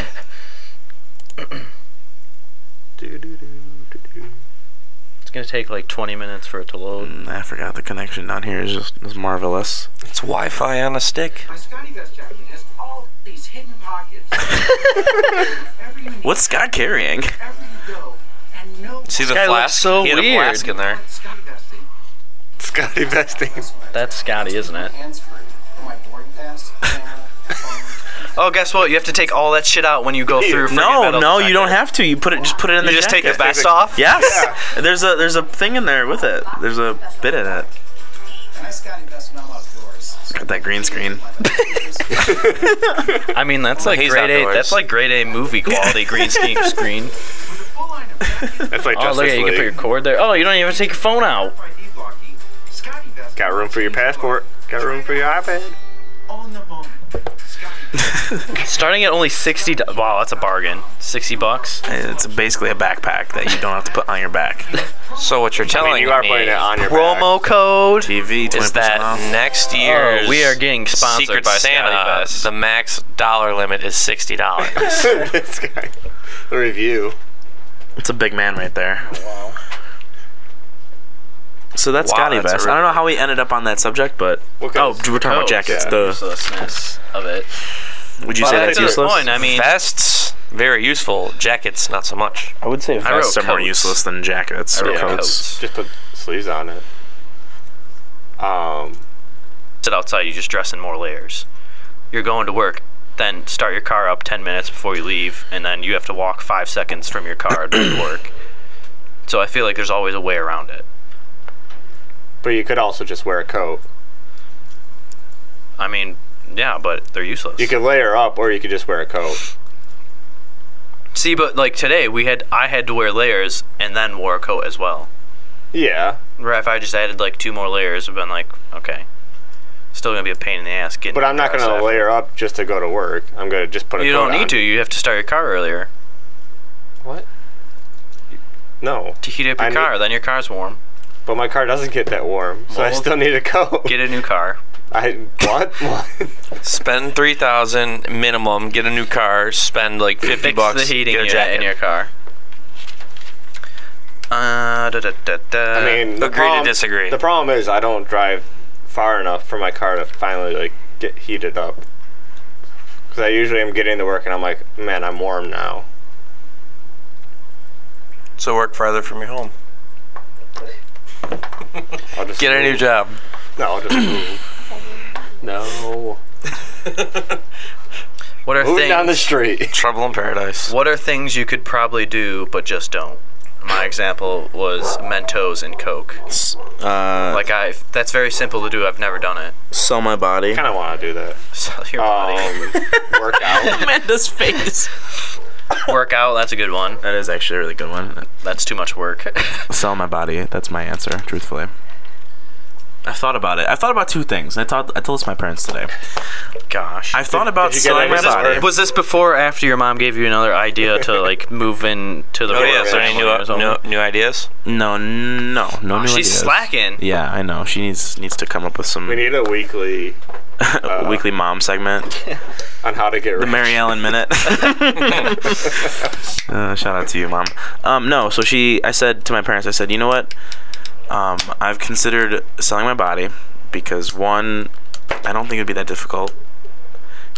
Speaker 2: It's gonna take like 20 minutes for it to load.
Speaker 1: Mm, I forgot the connection down here is just is marvelous
Speaker 4: It's Wi-Fi on a stick.
Speaker 6: My Scotty vest jacket has all these hidden pockets. Wherever you need,
Speaker 1: What's Scott carrying?
Speaker 6: wherever you go, and no
Speaker 4: See the
Speaker 2: guy looks
Speaker 4: flask?
Speaker 2: so
Speaker 4: he had a
Speaker 2: weird.
Speaker 4: flask in there.
Speaker 6: Scotty vesting.
Speaker 3: Scotty vesting.
Speaker 2: That's Scotty, isn't it?
Speaker 6: Hands free for my boarding pass, camera, phone.
Speaker 2: Oh, guess what? You have to take all that shit out when you go through.
Speaker 1: No, no, you don't have to. You put it, just put it in the.
Speaker 2: You just take the
Speaker 1: jacket.
Speaker 2: vest off.
Speaker 1: Yes. There's a there's a thing in there with it. There's a bit in it.
Speaker 6: And I Scotty vest when I'm outdoors.
Speaker 1: Got that green screen.
Speaker 2: I mean, that's like
Speaker 4: He's
Speaker 2: grade A.
Speaker 4: outdoors.
Speaker 2: That's like grade A movie quality green screen. screen.
Speaker 6: Full line of jackets,
Speaker 3: That's like
Speaker 2: Oh,
Speaker 3: Justice
Speaker 2: look at you can
Speaker 3: League.
Speaker 2: put your cord there. Oh, you don't even have to take your phone out.
Speaker 6: RFID blocky, Scotty vest.
Speaker 3: Got room for your passport. Got room for your iPad.
Speaker 6: On the moment. Scotty vest.
Speaker 2: Starting at only 60. do- Wow, that's a bargain. 60 bucks.
Speaker 1: It's basically a backpack that you don't have to put on your back.
Speaker 4: So what you're
Speaker 3: I
Speaker 4: telling
Speaker 3: mean, you are
Speaker 4: me
Speaker 3: putting it on your
Speaker 2: Promo code.
Speaker 1: TV. 20%
Speaker 4: is that
Speaker 1: off.
Speaker 4: next year's
Speaker 2: we are getting sponsored
Speaker 4: Secret
Speaker 2: by Scotty
Speaker 4: Santa.
Speaker 2: Vest.
Speaker 4: The max dollar limit is sixty dollars.
Speaker 3: back. this guy. The review.
Speaker 1: It's a big man right there.
Speaker 6: Wow.
Speaker 1: So that's
Speaker 4: Wow,
Speaker 1: Scotty
Speaker 4: that's a
Speaker 1: Vest.
Speaker 4: really-
Speaker 1: I don't know how we ended up on that subject, but
Speaker 3: What
Speaker 1: oh,
Speaker 3: kind of-
Speaker 1: we're talking about
Speaker 2: Oh,
Speaker 1: jackets.
Speaker 3: yeah.
Speaker 1: The
Speaker 2: Uselessness of it.
Speaker 1: would you
Speaker 2: But
Speaker 1: say
Speaker 2: that's
Speaker 1: that's
Speaker 2: a good
Speaker 1: useless?
Speaker 2: point. I mean,
Speaker 4: Vests very useful. Jackets not so much.
Speaker 1: I would say
Speaker 2: I wrote
Speaker 1: vests are more
Speaker 2: coats.
Speaker 1: useless than jackets
Speaker 2: I
Speaker 1: or
Speaker 2: wrote
Speaker 1: coats.
Speaker 3: Just put sleeves on it. Um,
Speaker 2: sit outside, you just dress in more layers. You're going to work, then start your car up 10 minutes before you leave, and then you have to walk five seconds from your car to work. So I feel like there's always a way around it.
Speaker 3: but you could also just wear a coat.
Speaker 2: I mean, yeah, but they're useless.
Speaker 3: You could layer up, or you could just wear a coat.
Speaker 2: See, but like today, we had I had to wear layers and then wore a coat as well.
Speaker 3: Yeah.
Speaker 2: Where if I just added like two more layers, I've been like, okay, still gonna be a pain in the ass getting.
Speaker 3: But
Speaker 2: your
Speaker 3: I'm not
Speaker 2: car
Speaker 3: going to
Speaker 2: set.
Speaker 3: layer up just to go to work. I'm going to just put a
Speaker 2: You
Speaker 3: coat
Speaker 2: don't need
Speaker 3: on.
Speaker 2: to. You have to start your car earlier.
Speaker 3: What? No.
Speaker 2: to heat up your
Speaker 3: I need-
Speaker 2: car. then your car's warm.
Speaker 3: But my car doesn't get that warm, so I
Speaker 2: Well,
Speaker 3: still need a coat.
Speaker 2: Get a new car.
Speaker 3: I what? what?
Speaker 4: Spend three thousand minimum, get a new car, spend like fifty
Speaker 2: Fix
Speaker 4: bucks,
Speaker 2: the heating
Speaker 4: get a
Speaker 2: unit
Speaker 4: jacket.
Speaker 2: in your car. Uh, da, da, da, da.
Speaker 3: I mean, the
Speaker 4: agree to
Speaker 3: problem-
Speaker 4: disagree.
Speaker 3: The problem is I don't drive far enough for my car to finally like get heated up. Because I usually am getting to work and I'm like, man, I'm warm now.
Speaker 4: so work farther from your home.
Speaker 3: I'll just
Speaker 4: Get a new
Speaker 3: move.
Speaker 4: job.
Speaker 3: No, I'll just move. no.
Speaker 2: what are
Speaker 3: Moving
Speaker 2: things?
Speaker 3: down the street.
Speaker 4: Trouble in paradise.
Speaker 2: what are things you could probably do but just don't? My example was Mentos and Coke.
Speaker 1: Uh,
Speaker 2: Like I, that's very simple to do. I've never done it.
Speaker 1: sell my body.
Speaker 3: kind of want to do that.
Speaker 2: Sell your body.
Speaker 3: Um, work out.
Speaker 1: Amanda's face.
Speaker 2: Workout. That's a good one.
Speaker 1: That is actually a really good one.
Speaker 2: That's too much work.
Speaker 1: Sell my body. That's my answer, truthfully. I've thought about it. I've thought about two things. I thought I told this to my parents today.
Speaker 2: Gosh.
Speaker 1: I've thought about
Speaker 3: did you get
Speaker 1: selling
Speaker 3: any
Speaker 1: my
Speaker 3: of this
Speaker 1: body.
Speaker 3: word?
Speaker 2: Was this before or after your mom gave you another idea to like move into the
Speaker 4: Oh yeah,
Speaker 2: world?
Speaker 4: is there any
Speaker 2: Or
Speaker 4: new,
Speaker 2: something?
Speaker 4: new, new ideas?
Speaker 1: No, no, no new
Speaker 2: She's
Speaker 1: ideas.
Speaker 2: slacking.
Speaker 1: Yeah, I know. She needs needs to come up with some
Speaker 3: We need a weekly uh,
Speaker 1: weekly mom segment.
Speaker 3: on how to get
Speaker 1: The
Speaker 3: rich.
Speaker 1: Mary Ellen minute. uh, shout out to you, mom. Um, no, so she, I said to my parents, I said, you know what? Um, I've considered selling my body because one, I don't think it'd be that difficult.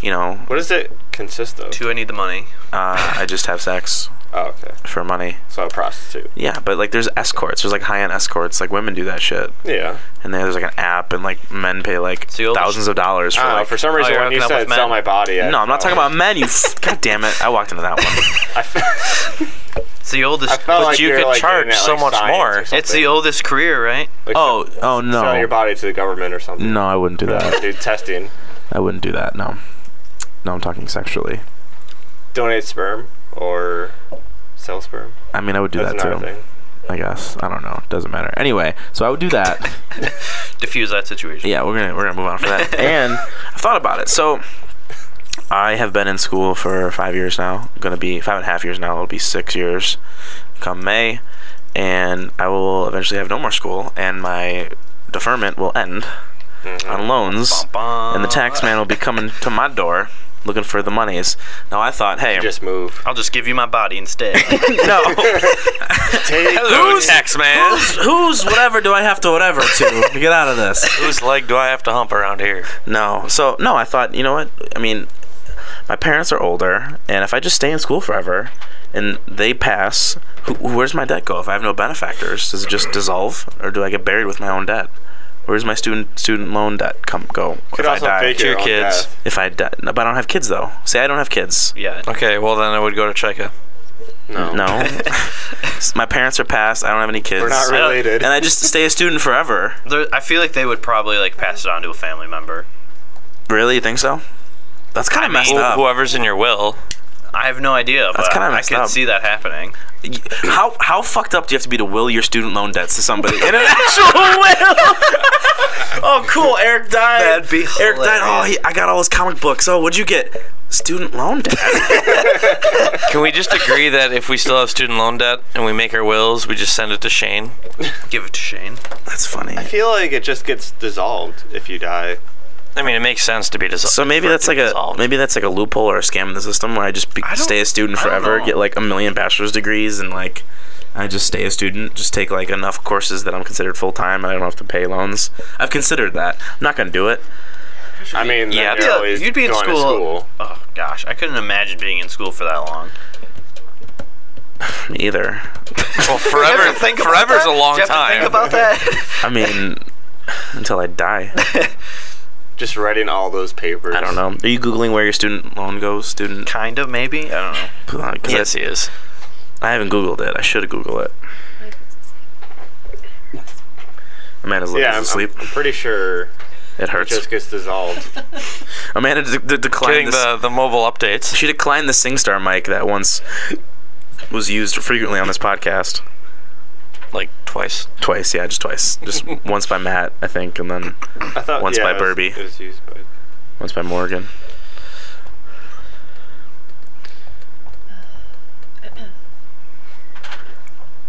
Speaker 1: You know,
Speaker 3: what does it consist of?
Speaker 2: Two, I need the money.
Speaker 1: uh, I just have sex
Speaker 3: Oh, okay.
Speaker 1: for money.
Speaker 3: So a prostitute.
Speaker 1: Yeah, but like there's escorts. There's like high end escorts. Like women do that shit.
Speaker 3: Yeah.
Speaker 1: And there's like an app, and like men pay like
Speaker 2: So you'll-
Speaker 1: thousands of dollars for
Speaker 3: I don't know,
Speaker 1: like.
Speaker 3: Ah, for some reason
Speaker 2: you're
Speaker 3: when you
Speaker 2: hooking up
Speaker 3: said
Speaker 2: with
Speaker 3: sell
Speaker 2: men.
Speaker 3: my body, I
Speaker 1: no, I'm not talking
Speaker 3: felt-
Speaker 1: about men. You, f- god damn it! I walked into that one.
Speaker 3: I felt,
Speaker 2: It's the
Speaker 3: I
Speaker 2: oldest.
Speaker 3: felt like
Speaker 4: you
Speaker 3: you're,
Speaker 4: could
Speaker 3: like,
Speaker 4: charge
Speaker 3: getting at,
Speaker 4: so
Speaker 3: like,
Speaker 4: much
Speaker 3: science
Speaker 4: more.
Speaker 3: or
Speaker 4: It's
Speaker 2: It's
Speaker 3: something.
Speaker 2: the oldest career, right?
Speaker 3: Like,
Speaker 1: Oh, oh
Speaker 3: sell your
Speaker 1: no,
Speaker 3: body to the government or something.
Speaker 1: no, I wouldn't do
Speaker 3: Uh,
Speaker 1: that.
Speaker 3: do testing.
Speaker 1: I wouldn't do that. No, no, I'm talking sexually.
Speaker 3: Donate sperm or sell sperm.
Speaker 1: I mean, I would do
Speaker 3: That's
Speaker 1: that too.
Speaker 3: another thing.
Speaker 1: I guess I don't know. Doesn't matter. Anyway, so I would do that.
Speaker 2: Diffuse that situation.
Speaker 1: yeah, we're gonna we're gonna move on for that. and I thought about it. So I have been in school for five years now. Gonna be five and a half years now. It'll be six years come May, and I will eventually have no more school, and my deferment will end
Speaker 3: Mm-hmm.
Speaker 1: on loans, and the tax man will be coming to my door looking for the monies. Now I thought, hey,
Speaker 3: Just move.
Speaker 2: I'll just give you my body instead.
Speaker 1: no.
Speaker 3: Take
Speaker 4: Hello, tax man.
Speaker 1: who's, who's whatever do I have to whatever to to get out of this?
Speaker 4: Whose leg do I have to hump around here?
Speaker 1: No. So no, I thought you know what? I mean, my parents are older, and if I just stay in school forever, and they pass, who, where's my debt go? If I have no benefactors, does it just dissolve, or do I get buried with my own debt? Where's my student student loan debt come go?
Speaker 3: could
Speaker 1: if
Speaker 3: also
Speaker 1: I die,
Speaker 3: fake your
Speaker 4: your
Speaker 3: own
Speaker 4: kids.
Speaker 3: death.
Speaker 1: if I die, no, but I don't have kids though. Say I don't have kids.
Speaker 2: yeah.
Speaker 4: Okay, well then I would go to Cheka.
Speaker 3: No.
Speaker 1: No, my parents are passed. I don't have any kids.
Speaker 3: We're not
Speaker 2: don't-
Speaker 3: related.
Speaker 1: and I just stay a student forever.
Speaker 2: There, I feel like they would probably like pass it on to a family member.
Speaker 1: Really, you think so? That's kind of messed
Speaker 4: Who-
Speaker 1: up.
Speaker 4: Whoever's in your will.
Speaker 2: I have no idea, but
Speaker 1: kinda
Speaker 2: I
Speaker 1: messed
Speaker 2: could
Speaker 1: up.
Speaker 2: see that happening.
Speaker 1: How how fucked up do you have to be to will your student loan debts to somebody in an actual will? oh, cool. Eric died.
Speaker 2: That'd be
Speaker 1: Eric died. Oh,
Speaker 2: hilarious.
Speaker 1: he, I got all his comic books. Oh, what'd you get? Student loan debt.
Speaker 4: Can we just agree that if we still have student loan debt and we make our wills, we just send it to Shane?
Speaker 2: Give it to Shane.
Speaker 1: That's funny.
Speaker 3: I feel like it just gets dissolved if you die.
Speaker 4: I mean, it makes sense to be dissolved.
Speaker 1: So maybe that's like a
Speaker 4: Dissolved.
Speaker 1: maybe that's like a loophole or a scam in the system where I just be,
Speaker 2: I don't-
Speaker 1: stay a student
Speaker 2: I don't
Speaker 1: forever,
Speaker 2: know.
Speaker 1: get like a million bachelor's degrees, and like I just stay a student, just take like enough courses that I'm considered full time, and I don't have to pay loans. I've considered that. I'm not gonna do it.
Speaker 3: I mean, then
Speaker 4: Yeah.
Speaker 3: you're
Speaker 4: Yeah,
Speaker 3: always
Speaker 2: you'd be in
Speaker 3: going
Speaker 2: school.
Speaker 3: to school.
Speaker 2: Oh gosh, I couldn't imagine being in school for that long.
Speaker 1: Me either.
Speaker 4: well, forever. forever's a long time.
Speaker 2: Think about that.
Speaker 1: I mean, until I die.
Speaker 3: Just writing all those papers.
Speaker 1: I don't know. Are you googling where your student loan goes? Student. uh,
Speaker 2: kind of, maybe. I don't know.
Speaker 1: 'cause
Speaker 4: yes, he is.
Speaker 1: I, I haven't googled it. I should have googled it. Amanda's looking
Speaker 3: Yeah, I'm,
Speaker 1: asleep.
Speaker 3: I'm pretty sure
Speaker 1: it
Speaker 3: it
Speaker 1: hurts.
Speaker 3: just gets dissolved.
Speaker 1: Amanda de- de-
Speaker 4: Getting
Speaker 1: declined this.
Speaker 4: the, the mobile updates.
Speaker 1: she declined the SingStar mic that once was used frequently on this podcast.
Speaker 4: Like twice.
Speaker 1: Twice, yeah, just twice. Just once by Matt, I think, and then
Speaker 3: I thought
Speaker 1: Once
Speaker 3: yeah,
Speaker 1: by
Speaker 3: it was-
Speaker 1: Burby.
Speaker 3: It was used by.
Speaker 1: once by Morgan.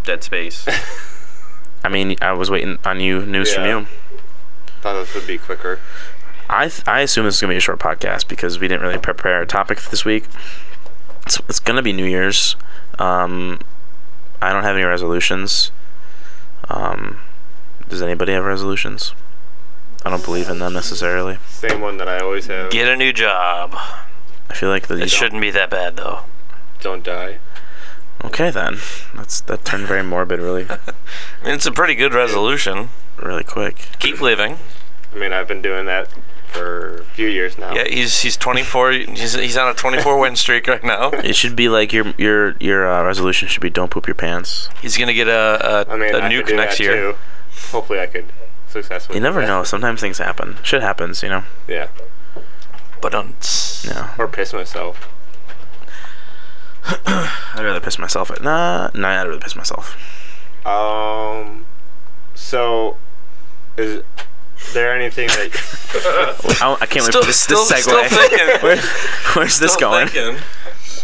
Speaker 2: Dead Space.
Speaker 1: I mean, I was waiting on you news from
Speaker 3: Yeah.
Speaker 1: you.
Speaker 3: Thought this would be quicker.
Speaker 1: I th- I assume this is gonna be a short podcast because we didn't really prepare a topic for this week. It's it's gonna be New Year's. Um, I don't have any resolutions. Um, does anybody have resolutions? I don't believe in them necessarily.
Speaker 3: Same one that I always have.
Speaker 4: Get a new job.
Speaker 1: I feel like the
Speaker 4: It shouldn't be that bad though.
Speaker 3: Don't die.
Speaker 1: Okay then, that's that turned very morbid really
Speaker 4: I mean, it's a pretty good resolution.
Speaker 1: really quick.
Speaker 4: Keep living.
Speaker 3: I mean, I've been doing that for a few years now.
Speaker 4: Yeah, he's he's 24. He's, he's on a 24 win streak right now.
Speaker 1: It should be like your your your uh, resolution should be don't poop your pants.
Speaker 4: He's gonna get a a,
Speaker 3: I mean,
Speaker 4: a
Speaker 3: I could
Speaker 4: nuke
Speaker 3: do
Speaker 4: next
Speaker 3: that
Speaker 4: year.
Speaker 3: Too. Hopefully, I could successfully.
Speaker 1: You
Speaker 3: do
Speaker 1: never
Speaker 3: that.
Speaker 1: know. Sometimes things happen. Shit happens, you know.
Speaker 3: Yeah,
Speaker 4: But um,
Speaker 1: Yeah.
Speaker 3: or piss myself.
Speaker 1: I'd rather piss myself. At, nah, nah, I'd rather piss myself.
Speaker 3: Um. So, is there anything that?
Speaker 1: I, I can't
Speaker 4: still
Speaker 1: wait for this,
Speaker 4: still,
Speaker 1: this segue.
Speaker 4: still thinking.
Speaker 1: Where- where's this
Speaker 4: Still
Speaker 1: going?
Speaker 4: thinking.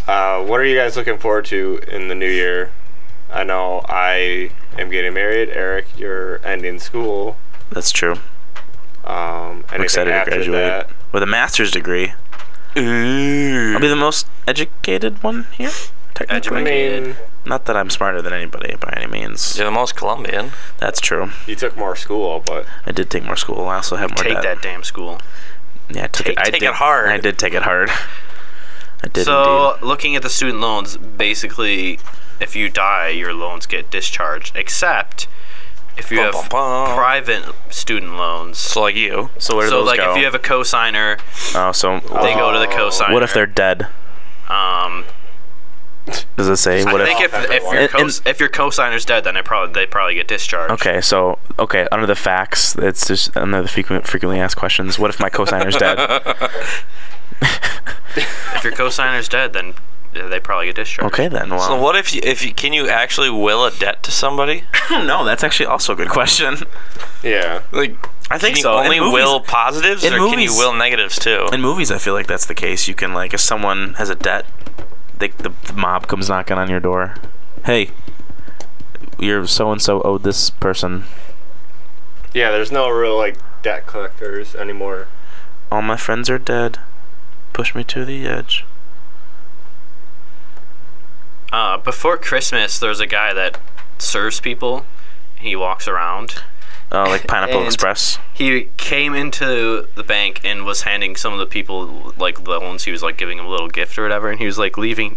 Speaker 3: Uh, what are you guys looking forward to in the new year? I know I am getting married. Eric, you're ending school.
Speaker 1: That's true.
Speaker 3: Um, anything
Speaker 1: I'm excited to
Speaker 3: after
Speaker 1: graduate
Speaker 3: that?
Speaker 1: with a master's degree. I'll be the most educated one here.
Speaker 3: I
Speaker 1: Technically,
Speaker 3: mean,
Speaker 1: not that I'm smarter than anybody by any means.
Speaker 4: You're the most Colombian.
Speaker 1: That's true.
Speaker 3: you took more school, but
Speaker 1: I did take more school. I also had more
Speaker 2: Take
Speaker 1: debt.
Speaker 2: that damn school.
Speaker 1: Yeah, I took
Speaker 4: Take-
Speaker 1: it. I
Speaker 4: take
Speaker 1: did,
Speaker 4: it hard.
Speaker 1: I did take it hard. I did
Speaker 2: so,
Speaker 1: indeed.
Speaker 2: looking at the student loans, basically, if you die, your loans get discharged, except if you
Speaker 4: Bum,
Speaker 2: have
Speaker 4: bum, bum.
Speaker 2: private student loans.
Speaker 4: So like you.
Speaker 1: So where do
Speaker 2: So,
Speaker 1: those
Speaker 2: like,
Speaker 1: go?
Speaker 2: if you have a cosigner,
Speaker 1: oh, so
Speaker 2: they go to the
Speaker 3: Oh.
Speaker 2: cosigner.
Speaker 1: what if they're dead?
Speaker 2: Um,
Speaker 1: Does it say what if?
Speaker 2: I think if if your
Speaker 1: And-
Speaker 2: cos- if your cosigner's dead, then I probably they probably get discharged.
Speaker 1: Okay, so okay, under the facts, it's just under the frequent, frequently asked questions. What if my cosigner's dead?
Speaker 2: If your cosigner's dead, then uh, they probably get discharged.
Speaker 1: Okay, then. Well,
Speaker 4: So what if you, if you can you actually will a debt to somebody?
Speaker 1: no, that's actually also a good question.
Speaker 3: yeah.
Speaker 4: Like
Speaker 1: I think
Speaker 4: can you
Speaker 1: so. In
Speaker 4: only
Speaker 1: movies-
Speaker 4: will positives
Speaker 1: in
Speaker 4: or can you
Speaker 1: movies-
Speaker 4: will negatives too?
Speaker 1: In movies, I feel like that's the case. You can like, if someone has a debt, they, the mob comes knocking on your door. Hey, your so and so owed this person.
Speaker 3: Yeah, there's no real like debt collectors anymore.
Speaker 1: All my friends are dead. Push me to the edge.
Speaker 2: Uh, before Christmas, there's a guy that serves people. He walks around.
Speaker 1: Oh, like Pineapple
Speaker 2: And-
Speaker 1: Express.
Speaker 2: He came into the bank and was handing some of the people like loans. He was like giving them a little gift or whatever, and he was like leaving.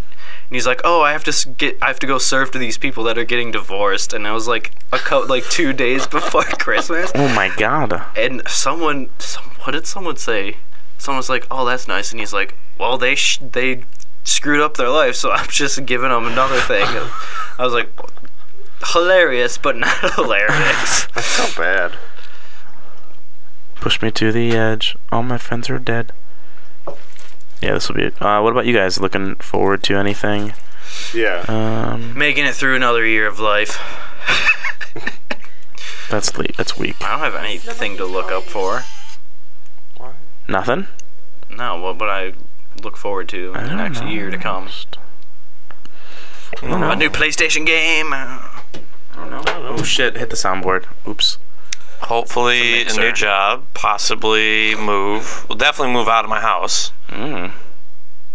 Speaker 2: And he's like, "Oh, I have to s- get, I have to go serve to these people that are getting divorced." And I was like, a co- like two days before Christmas.
Speaker 1: Oh my God.
Speaker 2: and someone, some, what did someone say? Someone's like, "Oh, that's nice," and he's like, "Well, they sh- they screwed up their life, so I'm just giving them another thing." I was like, hilarious, but not hilarious.
Speaker 3: So bad.
Speaker 1: Push me to the edge. All my friends are dead. Yeah, this will be it. Uh, what about you guys? Looking forward to anything?
Speaker 3: Yeah.
Speaker 1: Um,
Speaker 2: Making it through another year of life.
Speaker 1: that's le- that's weak.
Speaker 2: I don't have anything to look up for.
Speaker 1: Nothing.
Speaker 2: No, what would I look forward to in
Speaker 1: I
Speaker 2: the
Speaker 1: don't
Speaker 2: next
Speaker 1: know.
Speaker 2: year to come?
Speaker 1: don't
Speaker 2: A new PlayStation game.
Speaker 1: Oh shit! Hit the soundboard. Oops.
Speaker 4: Hopefully a
Speaker 2: mixer.
Speaker 4: new job, possibly move. We'll definitely move out of my house.
Speaker 1: Mm.
Speaker 3: Yeah.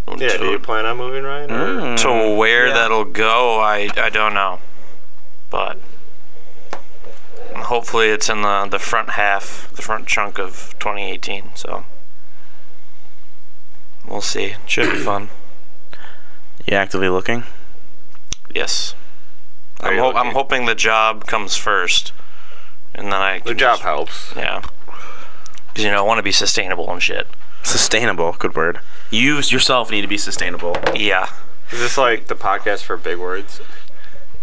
Speaker 3: Mm-hmm.
Speaker 4: to,
Speaker 3: Do you plan on moving, Ryan? Or
Speaker 4: to where
Speaker 2: Yeah.
Speaker 4: that'll go, I I don't know. But hopefully it's in the the front half, the front chunk of 2018, so we'll see. Should be fun.
Speaker 1: You actively looking?
Speaker 4: Yes.
Speaker 3: Are
Speaker 4: I'm,
Speaker 3: you
Speaker 4: ho- I'm
Speaker 3: looking-
Speaker 4: hoping the job comes first, and then I
Speaker 3: The
Speaker 4: can
Speaker 3: job helps.
Speaker 4: Yeah. Because, you know, I want to be sustainable and shit.
Speaker 1: Sustainable. Good word. You yourself need to be sustainable.
Speaker 4: Yeah.
Speaker 3: Is this like the podcast for big words?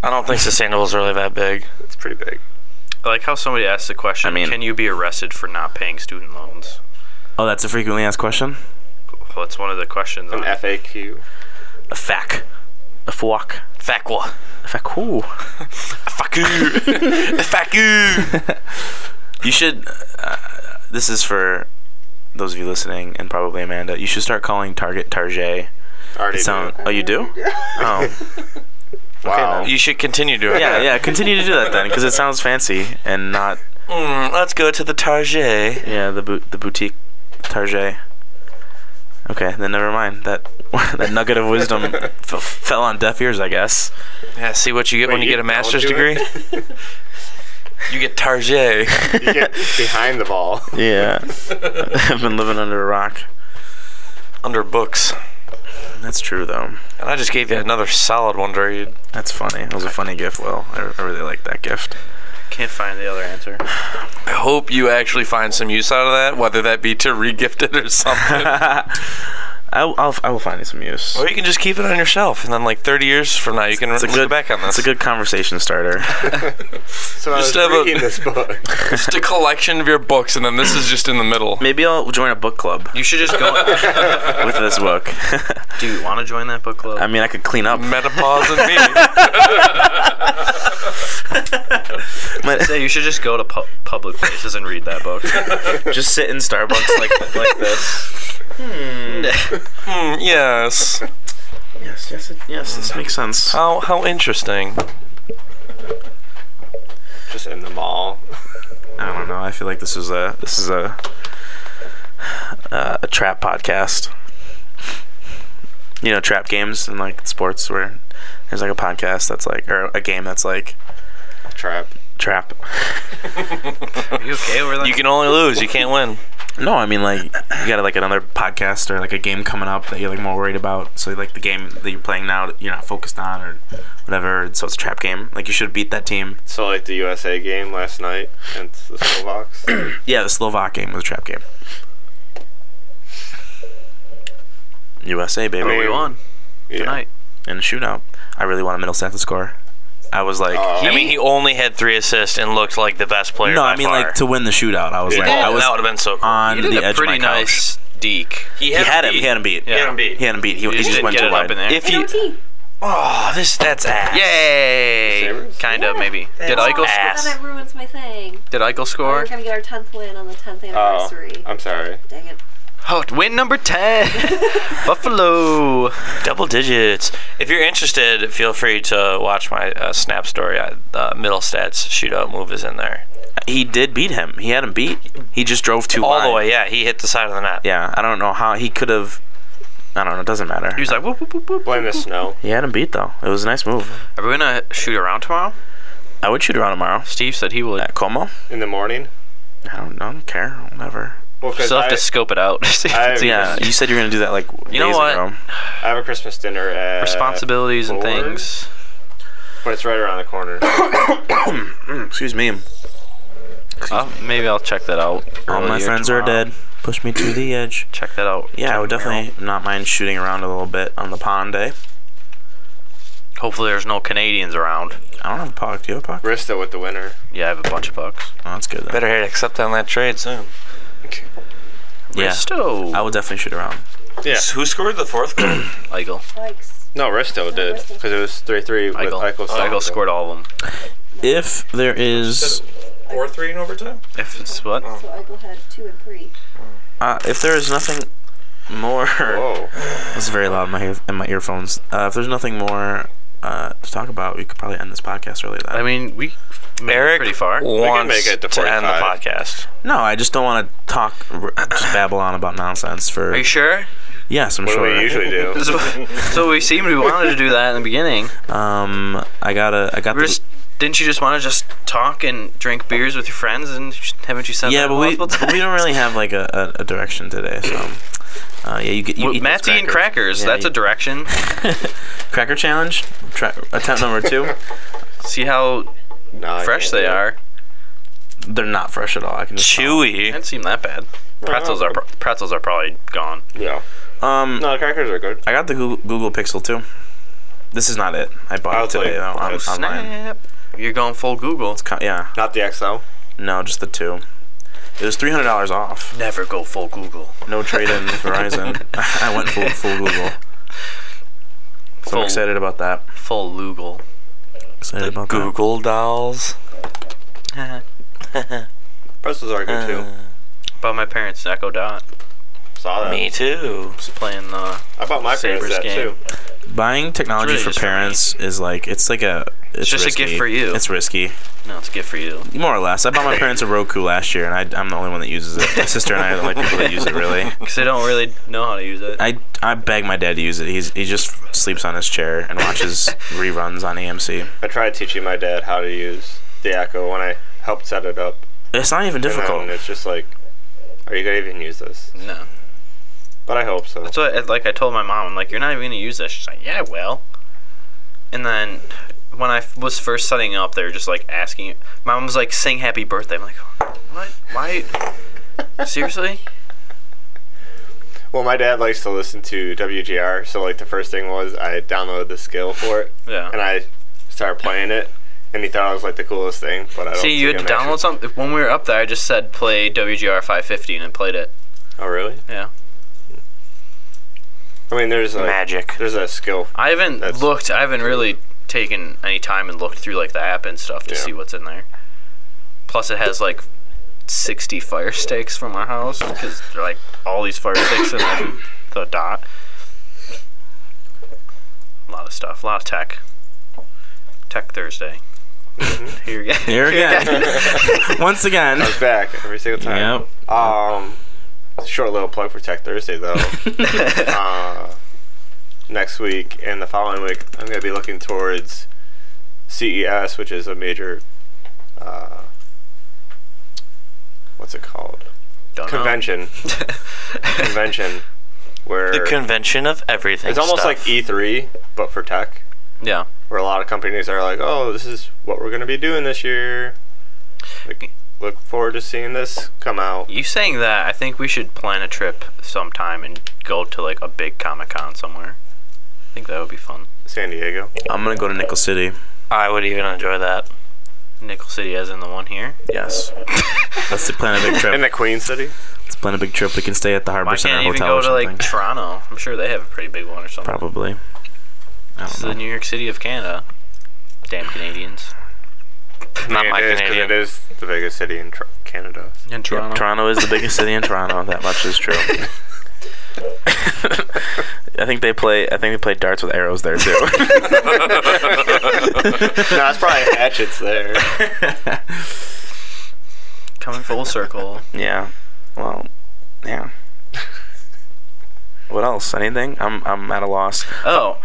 Speaker 4: I don't think sustainable is really that big.
Speaker 3: It's pretty big.
Speaker 2: I like how somebody asked the question.
Speaker 1: I mean-
Speaker 2: can you be arrested for not paying student loans?
Speaker 1: Oh, that's a frequently asked question.
Speaker 2: Well, it's one of the questions.
Speaker 3: An
Speaker 2: on-
Speaker 3: FAQ.
Speaker 1: A fac. A fwak.
Speaker 4: Fakwa.
Speaker 1: A facu.
Speaker 4: Fuck you. Fuck you.
Speaker 1: You should. Uh, this is for those of you listening, and probably Amanda. You should start calling Target Tarjay.
Speaker 3: Already
Speaker 1: It
Speaker 3: did.
Speaker 1: sound- Oh, you do? Oh.
Speaker 3: Wow.
Speaker 4: You should continue doing
Speaker 1: Yeah,
Speaker 4: that.
Speaker 1: yeah. Continue to do that then, because it sounds fancy and not
Speaker 4: Mm, let's go to the Target.
Speaker 1: yeah the boot the boutique Target. Okay, then never mind. That that nugget of wisdom f- fell on deaf ears, I guess.
Speaker 4: Yeah, see what you get when
Speaker 3: Wait,
Speaker 4: you, get a
Speaker 3: don't
Speaker 4: master's
Speaker 3: do
Speaker 4: degree.
Speaker 3: it?
Speaker 4: you get Target.
Speaker 3: you get behind the ball.
Speaker 1: Yeah, I've been living under a rock.
Speaker 4: under books.
Speaker 1: That's true though.
Speaker 4: And I just gave you another solid one, Dre.
Speaker 1: That's funny. It was a funny gift, Will. I, I really like that gift.
Speaker 2: Can't find the other answer.
Speaker 4: I hope you actually find some use out of that, whether that be to regift it or something.
Speaker 1: I'll, I'll I will find you some use.
Speaker 4: or you can just keep it on yourself, and then like 30 years from now, you can
Speaker 1: It's a
Speaker 4: look
Speaker 1: good
Speaker 4: back on
Speaker 1: It's
Speaker 4: this.
Speaker 1: a good conversation starter.
Speaker 3: So I was
Speaker 4: Just have a-
Speaker 3: reading this book.
Speaker 4: just a collection of your books, and then this is just in the middle.
Speaker 1: Maybe I'll join a book club
Speaker 2: You should just go.
Speaker 1: with this book.
Speaker 2: Do you want to join that book club?
Speaker 1: I mean, I could clean up.
Speaker 4: Menopause and me.
Speaker 1: But
Speaker 2: Say you should just go to pu- public places and read that book.
Speaker 1: just sit in Starbucks like like this.
Speaker 4: Hmm, yes.
Speaker 1: Yes, yes, it, yes. This makes sense.
Speaker 4: How how interesting.
Speaker 3: Just in the mall.
Speaker 1: I don't know. I feel like this is a this is a uh, a trap podcast. You know, trap games and like sports where there's like a podcast that's like or a game that's like
Speaker 3: Trap.
Speaker 1: trap.
Speaker 2: Are you okay over there?
Speaker 4: You can only lose. You can't win.
Speaker 1: No, I mean like you got like another podcast or like a game coming up that you're like more worried about. So like the game that you're playing now, you're not focused on or whatever. So it's a trap game. Like you should beat that team.
Speaker 3: So like the USA game last night against the Slovaks.
Speaker 1: Yeah, the Slovak game was a trap game. USA baby.
Speaker 2: But we won
Speaker 3: Yeah.
Speaker 2: tonight.
Speaker 1: in the shootout. I really want a Middlesex to score. I was like,
Speaker 3: Uh,
Speaker 4: I mean, he only had three assists and looked like the best player.
Speaker 1: no,
Speaker 4: by
Speaker 1: I mean
Speaker 4: far.
Speaker 1: like to win the shootout. I was
Speaker 3: Yeah.
Speaker 1: like, I was
Speaker 4: that would have been so cool.
Speaker 1: on
Speaker 2: You did
Speaker 1: the
Speaker 2: a
Speaker 1: edge of my
Speaker 2: pretty
Speaker 1: couch.
Speaker 2: nice deke.
Speaker 4: he
Speaker 1: He had
Speaker 4: to
Speaker 1: him. He
Speaker 4: be-
Speaker 1: had him beat.
Speaker 2: Yeah.
Speaker 1: He had him beat. He, he
Speaker 2: just
Speaker 1: just
Speaker 2: didn't
Speaker 1: went
Speaker 2: get
Speaker 1: too
Speaker 2: it up
Speaker 1: wide.
Speaker 2: in there.
Speaker 4: If you,
Speaker 5: NOT.
Speaker 4: oh, this that's ass.
Speaker 2: Yay!
Speaker 3: Sabres?
Speaker 2: Kind of maybe. Did
Speaker 5: Oh,
Speaker 2: Eichel
Speaker 5: Then
Speaker 2: score?
Speaker 5: that ruins my thing.
Speaker 2: Did Eichel
Speaker 5: We're
Speaker 2: score?
Speaker 5: gonna get our tenth win on the tenth
Speaker 3: Oh,
Speaker 5: anniversary.
Speaker 3: I'm sorry.
Speaker 5: Dang it.
Speaker 2: Oh, win number ten. Buffalo.
Speaker 4: Double digits. If you're interested, feel free to watch my uh, snap story. I, uh, middle stats shootout move is in there.
Speaker 1: He did beat him. He had him beat. He just drove too
Speaker 4: All
Speaker 1: wide.
Speaker 4: the way, yeah. He hit the side of the net.
Speaker 1: Yeah, I don't know how he could have. I don't know. It doesn't matter.
Speaker 2: He was like, whoop whoop whoop whoop.
Speaker 3: Blame the snow.
Speaker 1: He had him beat though. It was a nice move.
Speaker 2: Are we gonna shoot around tomorrow?
Speaker 1: I would shoot around tomorrow.
Speaker 2: Steve said he would.
Speaker 1: At Como?
Speaker 3: In the morning.
Speaker 1: I don't. I don't care. Whatever.
Speaker 3: Well, because
Speaker 2: Still
Speaker 3: I,
Speaker 2: have to scope it out. See if
Speaker 3: I- uh,
Speaker 2: it's-
Speaker 1: So yeah, you said you were gonna do that like
Speaker 2: You
Speaker 1: days
Speaker 2: know what?
Speaker 1: ago.
Speaker 3: I have a Christmas dinner at
Speaker 2: responsibilities and
Speaker 3: four,
Speaker 2: things.
Speaker 3: but it's right around the corner.
Speaker 1: Mm, Excuse me.
Speaker 2: Uh, maybe I'll check that out.
Speaker 1: All my
Speaker 2: earlier
Speaker 1: friends are
Speaker 2: tomorrow.
Speaker 1: dead. Push me to the edge.
Speaker 2: Check that out.
Speaker 1: Yeah, I would
Speaker 2: tomorrow.
Speaker 1: definitely not mind shooting around a little bit on the pond eh? day.
Speaker 2: Hopefully, there's no Canadians around.
Speaker 1: I don't have a puck. Do you have a puck? Oh,
Speaker 3: Bristol with the winner.
Speaker 2: Yeah, I have a bunch of bucks.
Speaker 1: that's good. Then.
Speaker 4: Better hit accept on that trade soon.
Speaker 1: Yeah,
Speaker 2: Risto.
Speaker 1: I would definitely shoot around.
Speaker 3: Yeah.
Speaker 4: Who scored the fourth goal?
Speaker 2: Eichel.
Speaker 5: Likes.
Speaker 3: No, Risto did because it was three three with
Speaker 2: Eichel.
Speaker 3: Eichel.
Speaker 2: Eichel scored all of them.
Speaker 1: If there is,
Speaker 4: Four three in overtime.
Speaker 2: If it's what?
Speaker 3: Oh.
Speaker 5: So Eichel had two and three.
Speaker 1: uh, if there is nothing more,
Speaker 3: Whoa.
Speaker 1: that's very loud in my ear- in my earphones. Uh, if there's nothing more uh, to talk about, we could probably end this podcast early. Then.
Speaker 2: I mean, we made it
Speaker 4: Eric
Speaker 2: pretty far.
Speaker 4: wants
Speaker 3: make it to
Speaker 4: to end the
Speaker 3: 45.
Speaker 4: podcast.
Speaker 1: no, I just don't want to talk, r- just babble on about nonsense for.
Speaker 2: Are you sure?
Speaker 1: yes, I'm
Speaker 3: What do
Speaker 1: sure.
Speaker 3: we usually do?
Speaker 2: so we seemed we wanted to do that in the beginning.
Speaker 1: Um, I gotta, I got
Speaker 2: We're
Speaker 1: this.
Speaker 2: just, didn't you just want to just talk and drink beers with your friends? And sh- haven't you said
Speaker 1: Yeah,
Speaker 2: that
Speaker 1: but we,
Speaker 2: multiple times?
Speaker 1: but we don't really have like a, a, a direction today, so. Uh, yeah, you get you
Speaker 2: Well,
Speaker 1: eat those
Speaker 2: Matty and crackers.
Speaker 1: Yeah,
Speaker 2: that's
Speaker 1: you-
Speaker 2: a direction.
Speaker 1: Cracker challenge, Try, attempt number two.
Speaker 2: See how
Speaker 3: No, I
Speaker 2: fresh
Speaker 3: can't
Speaker 2: they
Speaker 3: do it.
Speaker 2: are.
Speaker 1: They're not fresh at all. I can just tell.
Speaker 4: Chewy.
Speaker 2: Didn't seem that bad. Pretzels are pro- pretzels are probably gone.
Speaker 3: Yeah.
Speaker 1: Um,
Speaker 3: No, the crackers are good.
Speaker 1: I got the Google, Google Pixel too. This is not it. I bought
Speaker 3: I'll
Speaker 1: it
Speaker 3: tell
Speaker 1: today
Speaker 3: you.
Speaker 1: though on,
Speaker 3: It's
Speaker 1: online.
Speaker 2: Oh, Snap. You're going full Google.
Speaker 1: It's co- yeah,
Speaker 3: Not the XL.
Speaker 1: no, just the two. It was three hundred dollars off.
Speaker 2: Never go full Google.
Speaker 1: No trade in Verizon. I went full full Google. So
Speaker 2: Full.
Speaker 1: I'm excited about that.
Speaker 2: Full Lugal.
Speaker 1: Excited about that.
Speaker 4: Google dolls.
Speaker 3: Pretzels are good
Speaker 2: Uh,
Speaker 3: too.
Speaker 2: Bought my parents an Echo Dot.
Speaker 3: Saw that.
Speaker 4: Me too.
Speaker 2: Just playing uh,
Speaker 3: I bought my parents
Speaker 2: Sabres
Speaker 3: that
Speaker 2: game.
Speaker 3: too.
Speaker 1: buying technology
Speaker 2: really
Speaker 1: for
Speaker 2: just for me.
Speaker 1: parents is like it's like a it's
Speaker 2: just a
Speaker 1: risky.
Speaker 2: gift for you.
Speaker 1: It's risky,
Speaker 2: No, it's good for you.
Speaker 1: more or less. I bought my parents a Roku last year, and I, I'm the only one that uses it. My sister and I are the only people that use it. Really,
Speaker 2: Because they don't really know how to use it.
Speaker 1: I I beg my dad to use it. He's he just sleeps on his chair and watches reruns on AMC.
Speaker 3: I tried teaching my dad how to use the Echo when I helped set it up.
Speaker 1: It's not even
Speaker 3: And
Speaker 1: difficult.
Speaker 3: it's just like, are you gonna even use this?
Speaker 2: no.
Speaker 3: But I hope so.
Speaker 2: That's what, like, I told my mom, I'm like, you're not even going to use this. She's like, yeah, I will. And then when I f- was first setting it up, they were just, like, asking. My mom was like, sing happy birthday. I'm like, what? Why? Seriously?
Speaker 3: Well, my dad likes to listen to WGR, so like the first thing was I downloaded the skill for it and
Speaker 2: Yeah.
Speaker 3: I started playing it, and he thought it was like the coolest thing. But I don't
Speaker 2: See,
Speaker 3: think
Speaker 2: you had
Speaker 3: I'm
Speaker 2: to download
Speaker 3: actually-
Speaker 2: something. When we were up there, I just said play WGR 550 and it played it.
Speaker 3: Oh really?
Speaker 2: Yeah.
Speaker 3: I mean, there's like
Speaker 4: Magic.
Speaker 3: there's a skill.
Speaker 2: I haven't
Speaker 3: That's-
Speaker 2: looked, I haven't really taken any time and looked through, like, the app and stuff to
Speaker 3: Yeah.
Speaker 2: see what's in there. Plus, it has, like, 60 fire sticks from our house because they're like all these fire sticks and then the dot. A lot of stuff, a lot of tech. Tech Thursday.
Speaker 3: Mm-hmm.
Speaker 2: Here again.
Speaker 1: Here again, once again.
Speaker 3: I was back every single time.
Speaker 1: Yep.
Speaker 3: Um, short little plug for Tech Thursday though. uh, next week and the following week, I'm gonna be looking towards CES, which is a major. Uh, what's it called?
Speaker 2: Don't know.
Speaker 3: Convention. convention. Where
Speaker 4: The convention of everything.
Speaker 3: it's almost like
Speaker 4: stuff.
Speaker 3: E3, but for tech.
Speaker 2: Yeah.
Speaker 3: where a lot of companies are like, "Oh, this is what we're going to be doing this year." Like, look forward to seeing this come out.
Speaker 2: You saying that, I think we should plan a trip sometime and go to like a big Comic Con somewhere. I think that would be fun.
Speaker 3: San Diego.
Speaker 1: I'm gonna go to Nickel City.
Speaker 4: I would even enjoy that.
Speaker 2: Nickel City, as in the one here.
Speaker 1: Yes, let's plan a big
Speaker 3: In
Speaker 1: trip.
Speaker 3: the Queen City.
Speaker 1: Let's plan a big trip. We can stay at the Harbor
Speaker 2: Why
Speaker 1: Center
Speaker 2: can't it even
Speaker 1: Hotel
Speaker 2: go
Speaker 1: or
Speaker 2: to
Speaker 1: something.
Speaker 2: like Toronto? I'm sure they have a pretty big one or something.
Speaker 1: Probably. I
Speaker 2: It's
Speaker 1: don't
Speaker 2: the
Speaker 1: know.
Speaker 2: New York City of Canada. Damn Canadians.
Speaker 4: Not
Speaker 3: Yeah,
Speaker 4: my
Speaker 3: it is, 'cause
Speaker 4: Canadian.
Speaker 3: It is the biggest city in tr- Canada.
Speaker 2: In
Speaker 1: Yeah, Toronto. is the biggest city in Toronto. That much is true. I think they play. I think they play darts with arrows there too.
Speaker 3: no, it's probably hatchets there.
Speaker 2: Coming full circle.
Speaker 1: yeah. Well. Yeah. What else? Anything? I'm I'm at a loss.
Speaker 2: Oh,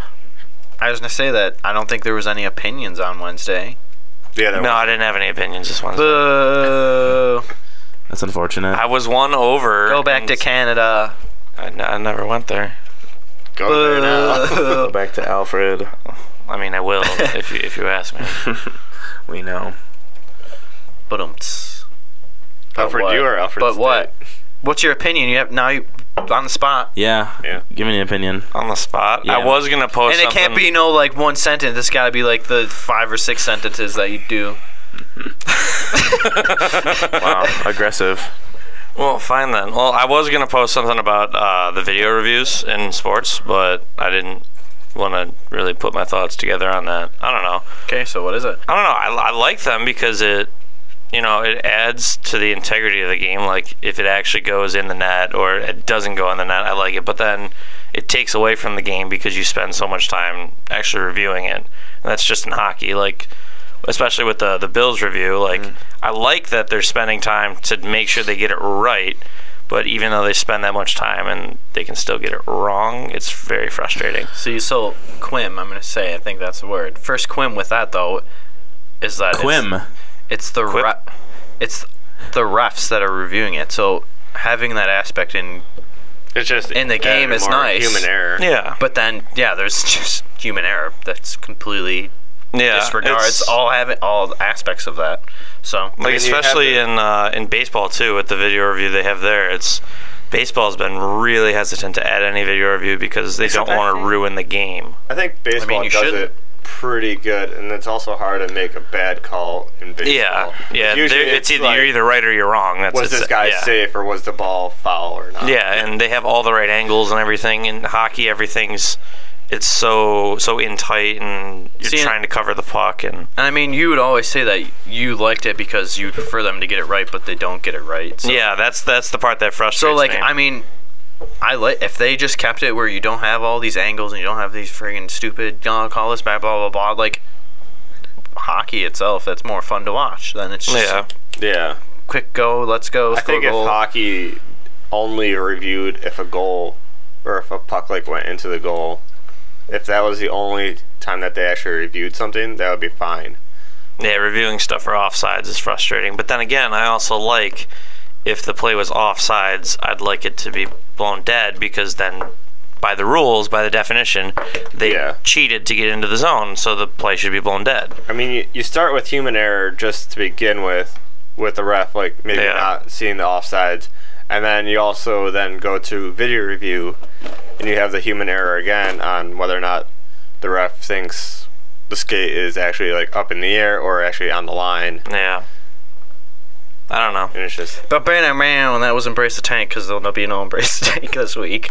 Speaker 2: I was gonna say that I don't think there was any opinions on Wednesday.
Speaker 3: Yeah, there
Speaker 4: No, I didn't have any opinions this one.
Speaker 2: Boo!
Speaker 1: That's unfortunate.
Speaker 4: I was won over.
Speaker 2: Go back
Speaker 4: and
Speaker 2: to Canada.
Speaker 4: I, n- I never went there.
Speaker 1: Oh,
Speaker 3: Go there now.
Speaker 1: Go
Speaker 2: Boo!
Speaker 1: back to Alfred.
Speaker 4: I mean, I will if you if you ask me.
Speaker 1: We know.
Speaker 2: But
Speaker 3: Alfred,
Speaker 2: what?
Speaker 3: you or Alfred?
Speaker 2: But
Speaker 3: State?
Speaker 2: what? What's your opinion? You have now you on the spot,
Speaker 1: Yeah.
Speaker 3: Yeah.
Speaker 1: Give me an opinion.
Speaker 4: On the spot,
Speaker 1: Yeah.
Speaker 4: I was gonna post.
Speaker 2: and it can't
Speaker 4: something-
Speaker 2: be no like one sentence. It's got to be like the five or six sentences that you do.
Speaker 1: Wow. Aggressive.
Speaker 4: Well, fine then. Well, I was gonna post something about uh, the video reviews in sports, but I didn't want to really put my thoughts together on that. I don't know.
Speaker 2: Okay, so what is it?
Speaker 4: I don't know. I, I like them because it, you know, it adds to the integrity of the game. Like if it actually goes in the net or it doesn't go in the net, I like it. But then it takes away from the game because you spend so much time actually reviewing it. And that's just in hockey, like especially with the the Bills review. Like I like that they're spending time to make sure they get it right. But even though they spend that much time and they can still get it wrong, it's very frustrating.
Speaker 2: See, so Quim, I'm gonna say I think that's the word. First Quim with that though, is that it's-
Speaker 1: Quim.
Speaker 2: It's the re-
Speaker 4: Quip.
Speaker 2: it's the refs that are reviewing it. So having that aspect in,
Speaker 3: It's just
Speaker 2: In the game,
Speaker 3: added
Speaker 2: it's
Speaker 3: more
Speaker 2: nice.
Speaker 3: Human error.
Speaker 4: Yeah,
Speaker 2: but then yeah, there's just human error that's completely
Speaker 4: yeah.
Speaker 2: disregards
Speaker 4: it's-
Speaker 2: all having all aspects of that. So
Speaker 4: like
Speaker 3: mean, you have
Speaker 4: especially
Speaker 3: to-
Speaker 4: in uh, in baseball too with the video review they have there it's baseball's been really hesitant to add any video review because they don't
Speaker 5: I
Speaker 4: want to
Speaker 5: think-
Speaker 4: ruin the game
Speaker 3: I think baseball
Speaker 2: you
Speaker 3: does
Speaker 2: shouldn't.
Speaker 3: it pretty good, and it's also hard to make a bad call in baseball.
Speaker 4: yeah yeah
Speaker 3: Usually
Speaker 4: they're- it's, either you're
Speaker 3: like,
Speaker 4: either right or you're wrong that's
Speaker 3: was
Speaker 4: it's-
Speaker 3: this guy
Speaker 4: yeah.
Speaker 3: safe or was the ball foul or not?
Speaker 4: yeah and they have all the right angles and everything in hockey everything's it's so so in tight and you're
Speaker 2: See, and-
Speaker 4: trying to cover the puck and
Speaker 2: And I mean, you would always say that you liked it because you prefer them to get it right, but they don't get it right. So,
Speaker 4: yeah that's that's the part that frustrates
Speaker 2: So like,
Speaker 4: me.
Speaker 2: I mean, I like if they just kept it where you don't have all these angles and you don't have these friggin' stupid oh, call this back blah blah blah like hockey itself that's more fun to watch than it's just
Speaker 4: Yeah.
Speaker 3: Yeah.
Speaker 2: quick go let's go
Speaker 3: I
Speaker 2: score
Speaker 3: think if
Speaker 2: goal.
Speaker 3: hockey only reviewed if a goal or if a puck like went into the goal, if that was the only time that they actually reviewed something, that would be fine.
Speaker 4: Yeah, reviewing stuff for offsides is frustrating. But then again, I also like if the play was offsides, I'd like it to be blown dead because then, by the rules, by the definition, they
Speaker 3: Yeah.
Speaker 4: cheated to get into the zone, so the play should be blown dead.
Speaker 3: I mean, you, you start with human error just to begin with, with the ref like maybe
Speaker 4: Yeah.
Speaker 3: not seeing the offsides, and then you also then go to video review, and you have the human error again on whether or not the ref thinks the skate is actually like up in the air or actually on the line,
Speaker 4: Yeah. I don't know.
Speaker 3: and it's just
Speaker 2: But man, man, that was embrace the tank because there'll be no embrace the tank this week.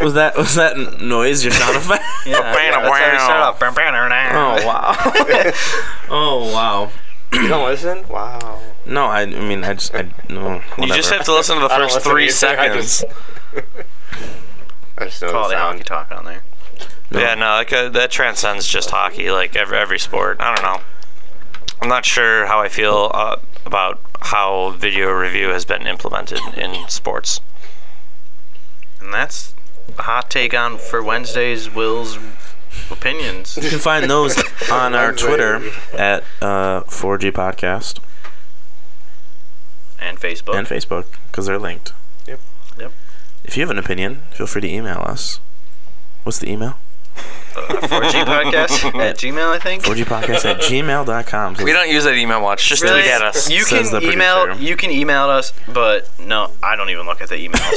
Speaker 1: Was that was that n- noise your sound effect?
Speaker 2: Yeah,
Speaker 4: yeah,
Speaker 2: that's how we start off.
Speaker 1: Oh wow. oh wow.
Speaker 3: you don't listen. Wow.
Speaker 1: No, I, I mean I just I no.
Speaker 4: You just
Speaker 1: whatever.
Speaker 4: have to listen to the
Speaker 3: I don't
Speaker 4: first
Speaker 3: listen to
Speaker 4: three
Speaker 3: anything, I just-
Speaker 4: seconds.
Speaker 3: I just know the
Speaker 2: Quality hockey
Speaker 3: sound.
Speaker 2: talk on there.
Speaker 1: No.
Speaker 4: Yeah, no, like uh, that transcends just hockey, like every, every sport. I don't know. I'm not sure how I feel uh, about how video review has been implemented in sports.
Speaker 2: And that's a hot take on for Wednesday's Will's opinions.
Speaker 1: You can find those on our Twitter at uh, 4G Podcast
Speaker 2: and Facebook.
Speaker 1: and Facebook because they're linked.
Speaker 3: Yep.
Speaker 2: Yep.
Speaker 1: If you have an opinion, feel free to email us. What's the email?
Speaker 2: uh, 4G podcast at Gmail, I think.
Speaker 1: 4G Podcast at gmail.com. So
Speaker 4: We don't use that email much. Just
Speaker 2: Really?
Speaker 4: tweet at us.
Speaker 2: You
Speaker 1: Says
Speaker 2: can
Speaker 1: the
Speaker 2: email.
Speaker 1: producer.
Speaker 2: You can email us, but no, I don't even look at the email.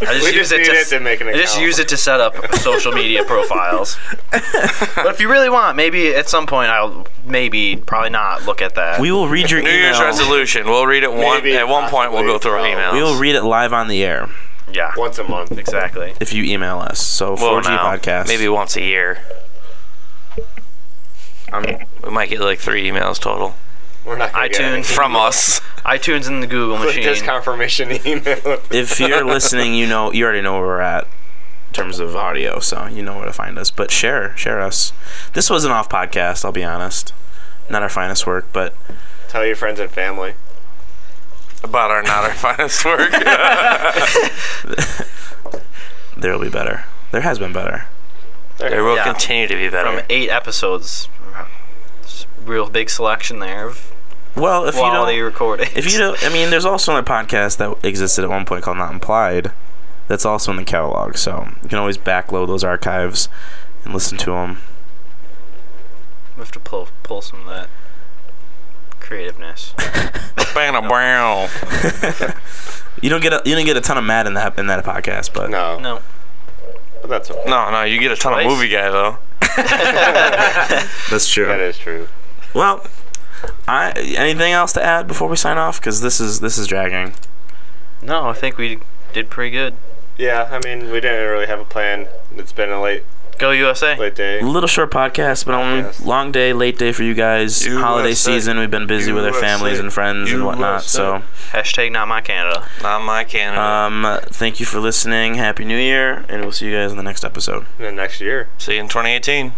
Speaker 2: So I just use
Speaker 3: We just
Speaker 2: it
Speaker 3: need
Speaker 2: to,
Speaker 3: it to make an
Speaker 2: I
Speaker 3: account.
Speaker 2: just use it to set up social media profiles. but if you really want, maybe at some point I'll maybe probably not look at that.
Speaker 1: We will read your
Speaker 4: New
Speaker 1: e- email.
Speaker 4: Year's resolution. We'll read it one
Speaker 3: Maybe,
Speaker 4: at one point. We'll go
Speaker 3: possibly.
Speaker 4: through our emails.
Speaker 1: We will read it live on the air
Speaker 2: yeah,
Speaker 3: Once a month.
Speaker 2: exactly.
Speaker 1: if you email us. So
Speaker 4: Well,
Speaker 1: 4G
Speaker 4: no,
Speaker 1: Podcast.
Speaker 4: Maybe once a year.
Speaker 3: I'm,
Speaker 4: We might get like three emails total
Speaker 3: we're not gonna get
Speaker 2: iTunes.
Speaker 3: anything.
Speaker 4: from us.
Speaker 2: iTunes and the Google
Speaker 3: Click
Speaker 2: machine.
Speaker 3: this confirmation email.
Speaker 1: if you're listening, you know you already know where we're at in terms of audio, so you know where to find us. But share, share us. This was an off podcast, I'll be honest. Not our finest work, but
Speaker 3: Tell your friends and family.
Speaker 4: About our not our finest work.
Speaker 1: there'll be better. There has been better.
Speaker 4: it will
Speaker 2: Yeah.
Speaker 4: continue to be better.
Speaker 2: From eight episodes, It's a real big selection there of
Speaker 1: Well, if
Speaker 2: quality
Speaker 1: you don't,
Speaker 2: recording.
Speaker 1: if you don't, I mean, there's also another podcast that existed at one point called Not Implied. That's also in the catalog, so you can always backload those archives and listen to them.
Speaker 2: We have to pull pull some of that creativeness.
Speaker 4: Bang a brown.
Speaker 1: You don't get a, you don't get a ton of mad in that in that podcast, but
Speaker 3: No,
Speaker 2: No.
Speaker 3: but that's okay.
Speaker 4: No, no, you get a ton
Speaker 2: Twice.
Speaker 4: of movie guy though.
Speaker 1: that's true.
Speaker 3: That is true.
Speaker 1: Well, I anything else to add before we sign off? Because this is this is dragging.
Speaker 2: No, I think we did pretty good.
Speaker 3: Yeah, I mean, we didn't really have a plan. It's been a late,
Speaker 2: Go USA.
Speaker 3: late day.
Speaker 1: A little short podcast, but only
Speaker 3: Yes.
Speaker 1: long day, late day for you guys.
Speaker 4: USA.
Speaker 1: Holiday season, we've been busy with our
Speaker 4: USA.
Speaker 1: families and friends and whatnot. So,
Speaker 2: Hashtag not my Canada.
Speaker 4: Not my Canada.
Speaker 1: um, thank you for listening. Happy New Year, and we'll see you guys in the next episode.
Speaker 3: And then next year.
Speaker 4: See you in 2018.